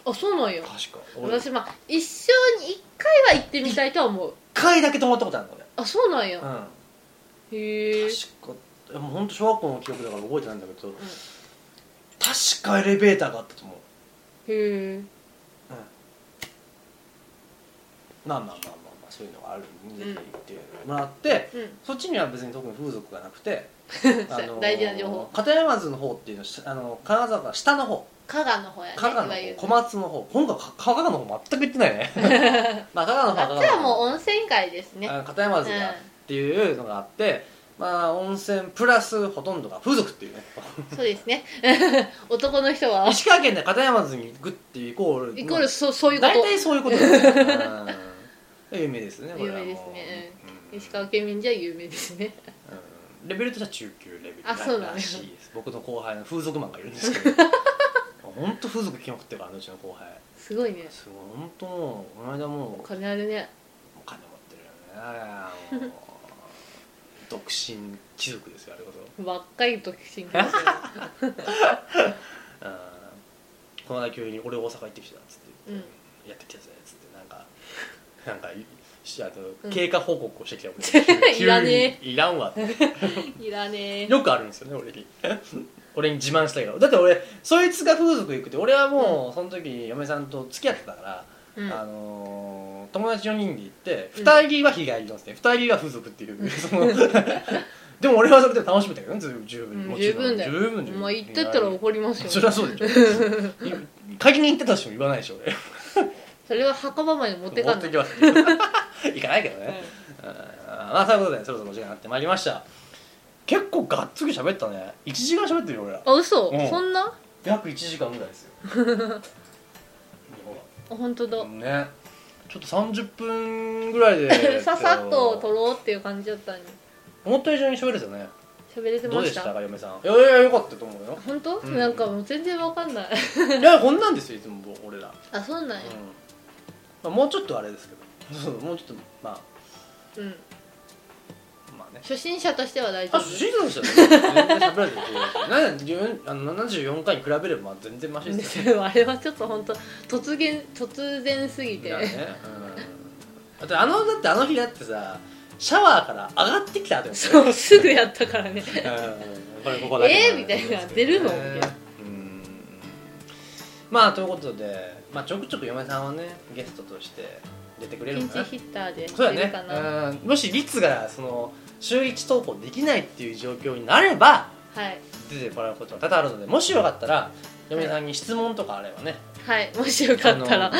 A: あそうなんよ
B: 確か俺
A: 私まあ一生に1回は行ってみたいとは思う
B: 一回だけ泊まったことあるの
A: あそうなんや
B: 俺、
A: へえ
B: 確かいやもう本当小学校の記憶だから覚えてないんだけど、確かエレベーターがあったと思う
A: へえ
B: まあまあまあまあ、まあ、そういうのがあるんで
A: うん
B: 行ってもらって、
A: うん
B: そっちには別に特に風俗がな くて
A: 大事な情報
B: 片山津の方っていうのはあの金沢から下の方
A: 加賀の方やね
B: 加賀の
A: いわゆ
B: 方
A: る
B: 小松の方今回か加賀の方全く行ってないね まあ加賀の方
A: あ
B: 加賀
A: っ
B: の
A: ち
B: 方
A: はもう温泉街ですね
B: あの片山津がっていうのがあって、まあ温泉プラスほとんどが風俗っていうね
A: そうですね 男の人は
B: 石川県で片山津に行くっていうイコール
A: イコールそうそういうこ
B: 大体そういうことですね うん有名ですねこれはもう
A: 有名ですね
B: う
A: と
B: ん
A: 石川県民じゃ有名ですね
B: うんレベルとしては中級レベル
A: あそうなんだ
B: らしいです僕の後輩の風俗マンがいるんです けど本当風俗気まくってるからねうちの後輩
A: すごいね
B: すごい本当もうこの間もう
A: お金あるね
B: お金持ってるよねもう独身貴族ですよあれこそ
A: 若い時新幹線
B: あーこの間急に「俺大阪行ってきた」っつって、
A: うん
B: やってきたぜ」っつってなんか なんかいしあ
A: う
B: の
A: ん
B: 経過報告をしてきた 俺、急に
A: いらね
B: いらんわって
A: いらねえ
B: よくあるんですよね俺に 俺に自慢したいからだって俺そいつが風俗行くって俺はもうその時嫁さんと付き合ってたから、
A: うん
B: あのー友達4人で行って
A: うん
B: 2人は日帰りなんですね2人は風俗っていうその でも俺はそれで楽しめたけどねず十分
A: うん
B: もち
A: 十
B: ろん
A: 分だよ
B: 十分十分
A: まあ言ってたら怒りますよ、ね、
B: それはそうでしょい仮に行ってたとしても言わないでしょ俺
A: それは墓場まで持ってかんない
B: きます行かないけどね、うんまあそういうことでそろそろお時間になってまいりました結構がっつり喋ったね1時間喋ってるよ俺ら
A: あ嘘、
B: うん
A: そんなあ
B: 約1時間ぐら いですよほ
A: 本当だ、
B: らねちょっと30分ぐらい で
A: ささっと撮ろうっていう感じだったのに
B: 思った以上に喋れたよね
A: 喋れて
B: ど
A: ま
B: うで
A: し
B: したたか嫁さんいやいやよかったと思 うよ
A: 本当、
B: うん
A: なんかもう全然わかんない
B: いやこんなんですよいつも俺ら、
A: あそうなんや
B: うんまあ、もうちょっとあれですけどそうもうちょっとまあ
A: うん、
B: まあね
A: 初心者としては大丈
B: あ
A: 夫
B: 主人公でしたね全然喋らずに聞いてるなあの74回に比べればまあ全然マシですよ
A: でもあれはちょっと本当突然突然すぎ
B: い
A: て、
B: やね、うん、だってあのだってあの日だってさシャワーから上がってきた後 よ
A: そうすぐやったからね
B: うんこれここだけ
A: えーみたいな出るのみたいな
B: うんまあということで、まあ、ちょくちょく嫁さんはねゲストとして出てくれ
A: ピ
B: るの
A: ン
B: かな
A: チヒッターで
B: そうだ
A: 出るかな、
B: ね、うん、もしリツがその週一投稿できないっていう状況になれば
A: はい
B: 出てもらうことは多々あるのでもしよかったら嫁さんに質問とかあればね
A: はいもしよかったら
B: あの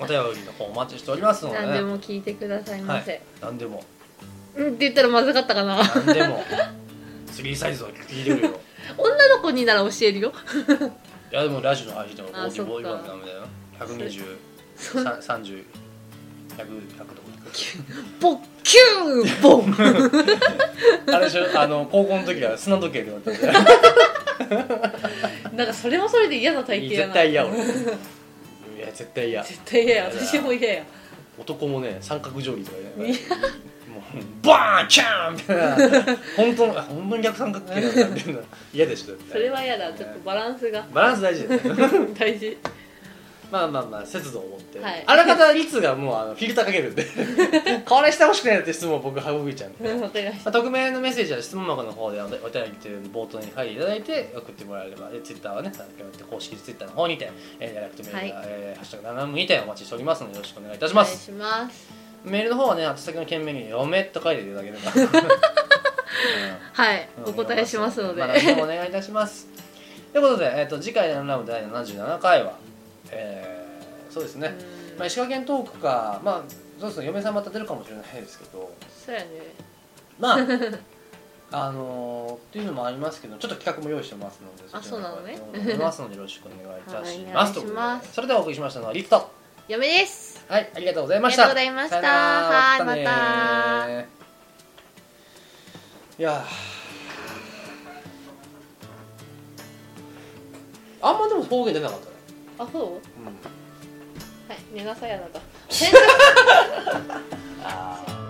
B: お便りの方お待ちしておりますので、ね、
A: 何でも聞いてくださいませ、
B: 何でも
A: うんって言ったらまずかったかな
B: 何でも 3サイズは聞いてくるよ
A: 女の子になら教えるよ
B: いやでもラジオの配信でも
A: あ
B: ボディボーイ
A: そっ
B: バ
A: か
B: ンダメだよ120
A: そんな
B: 30100100とか
A: ボッキューンボン
B: あれでしょあの高校の時は砂時計でやったんだよ
A: なんかそれもそれで嫌な体型や
B: 絶
A: な
B: 対 嫌俺いや絶対嫌
A: 絶対嫌や私も嫌や
B: 男もね三角定規とか
A: い
B: ねもうバーンキャーンみたいな本当のあ本当に逆三角形なんだみたいな嫌でしょ絶
A: そ
B: 対
A: れは嫌だちょっとバラン スが
B: バランス大事だよね
A: 大事
B: まあまあまあ節度を持って、
A: はい
B: あらかた率がもうあのフィルターかけるんでこれしてほしくないって質問を僕省いちゃうんで、
A: うんわかりまし
B: まあ、匿名のメッセージは質問箱の方でおお便りっていう冒頭に書いていただいて送ってもらえればでツイッターはねさっきも言って公式ツイッターの方にて、えー、ダイレクトメールや、
A: はい
B: えーハッシュタグナムにてお待ちしておりますのでよろしくお願いいた
A: た
B: します、
A: お願いします
B: メールの方はね宛先の件名に「嫁」と書いていただければ、うん
A: はいお答えしますので、
B: まあ、何でもお願いいたしますということで、えー、と次回の「ラム第77回は、えーそうですね、
A: うん
B: まあ、石川県トークかまあそうですね嫁さんまた出るかもしれないですけど
A: そうやね
B: まああのー、っていうのもありますけどちょっと企画も用意してますので
A: あ
B: ち
A: そ
B: ら方
A: うなのね
B: やって思いますのでよろしくお願いいたし
A: お
B: ま
A: 願
B: す
A: い
B: と
A: し
B: いうこ
A: ます
B: とでそれではお送りしましたのはリット
A: 嫁です
B: はいありがとうございま
A: あ
B: し
A: り
B: た
A: がとうございました。
B: さよなら
A: はい、ま
B: ね
A: た。
B: いやーあんまでも方言出なかったね、
A: あ、そう。
B: うん
A: はい、寝なさいあなた。洗濯
B: あー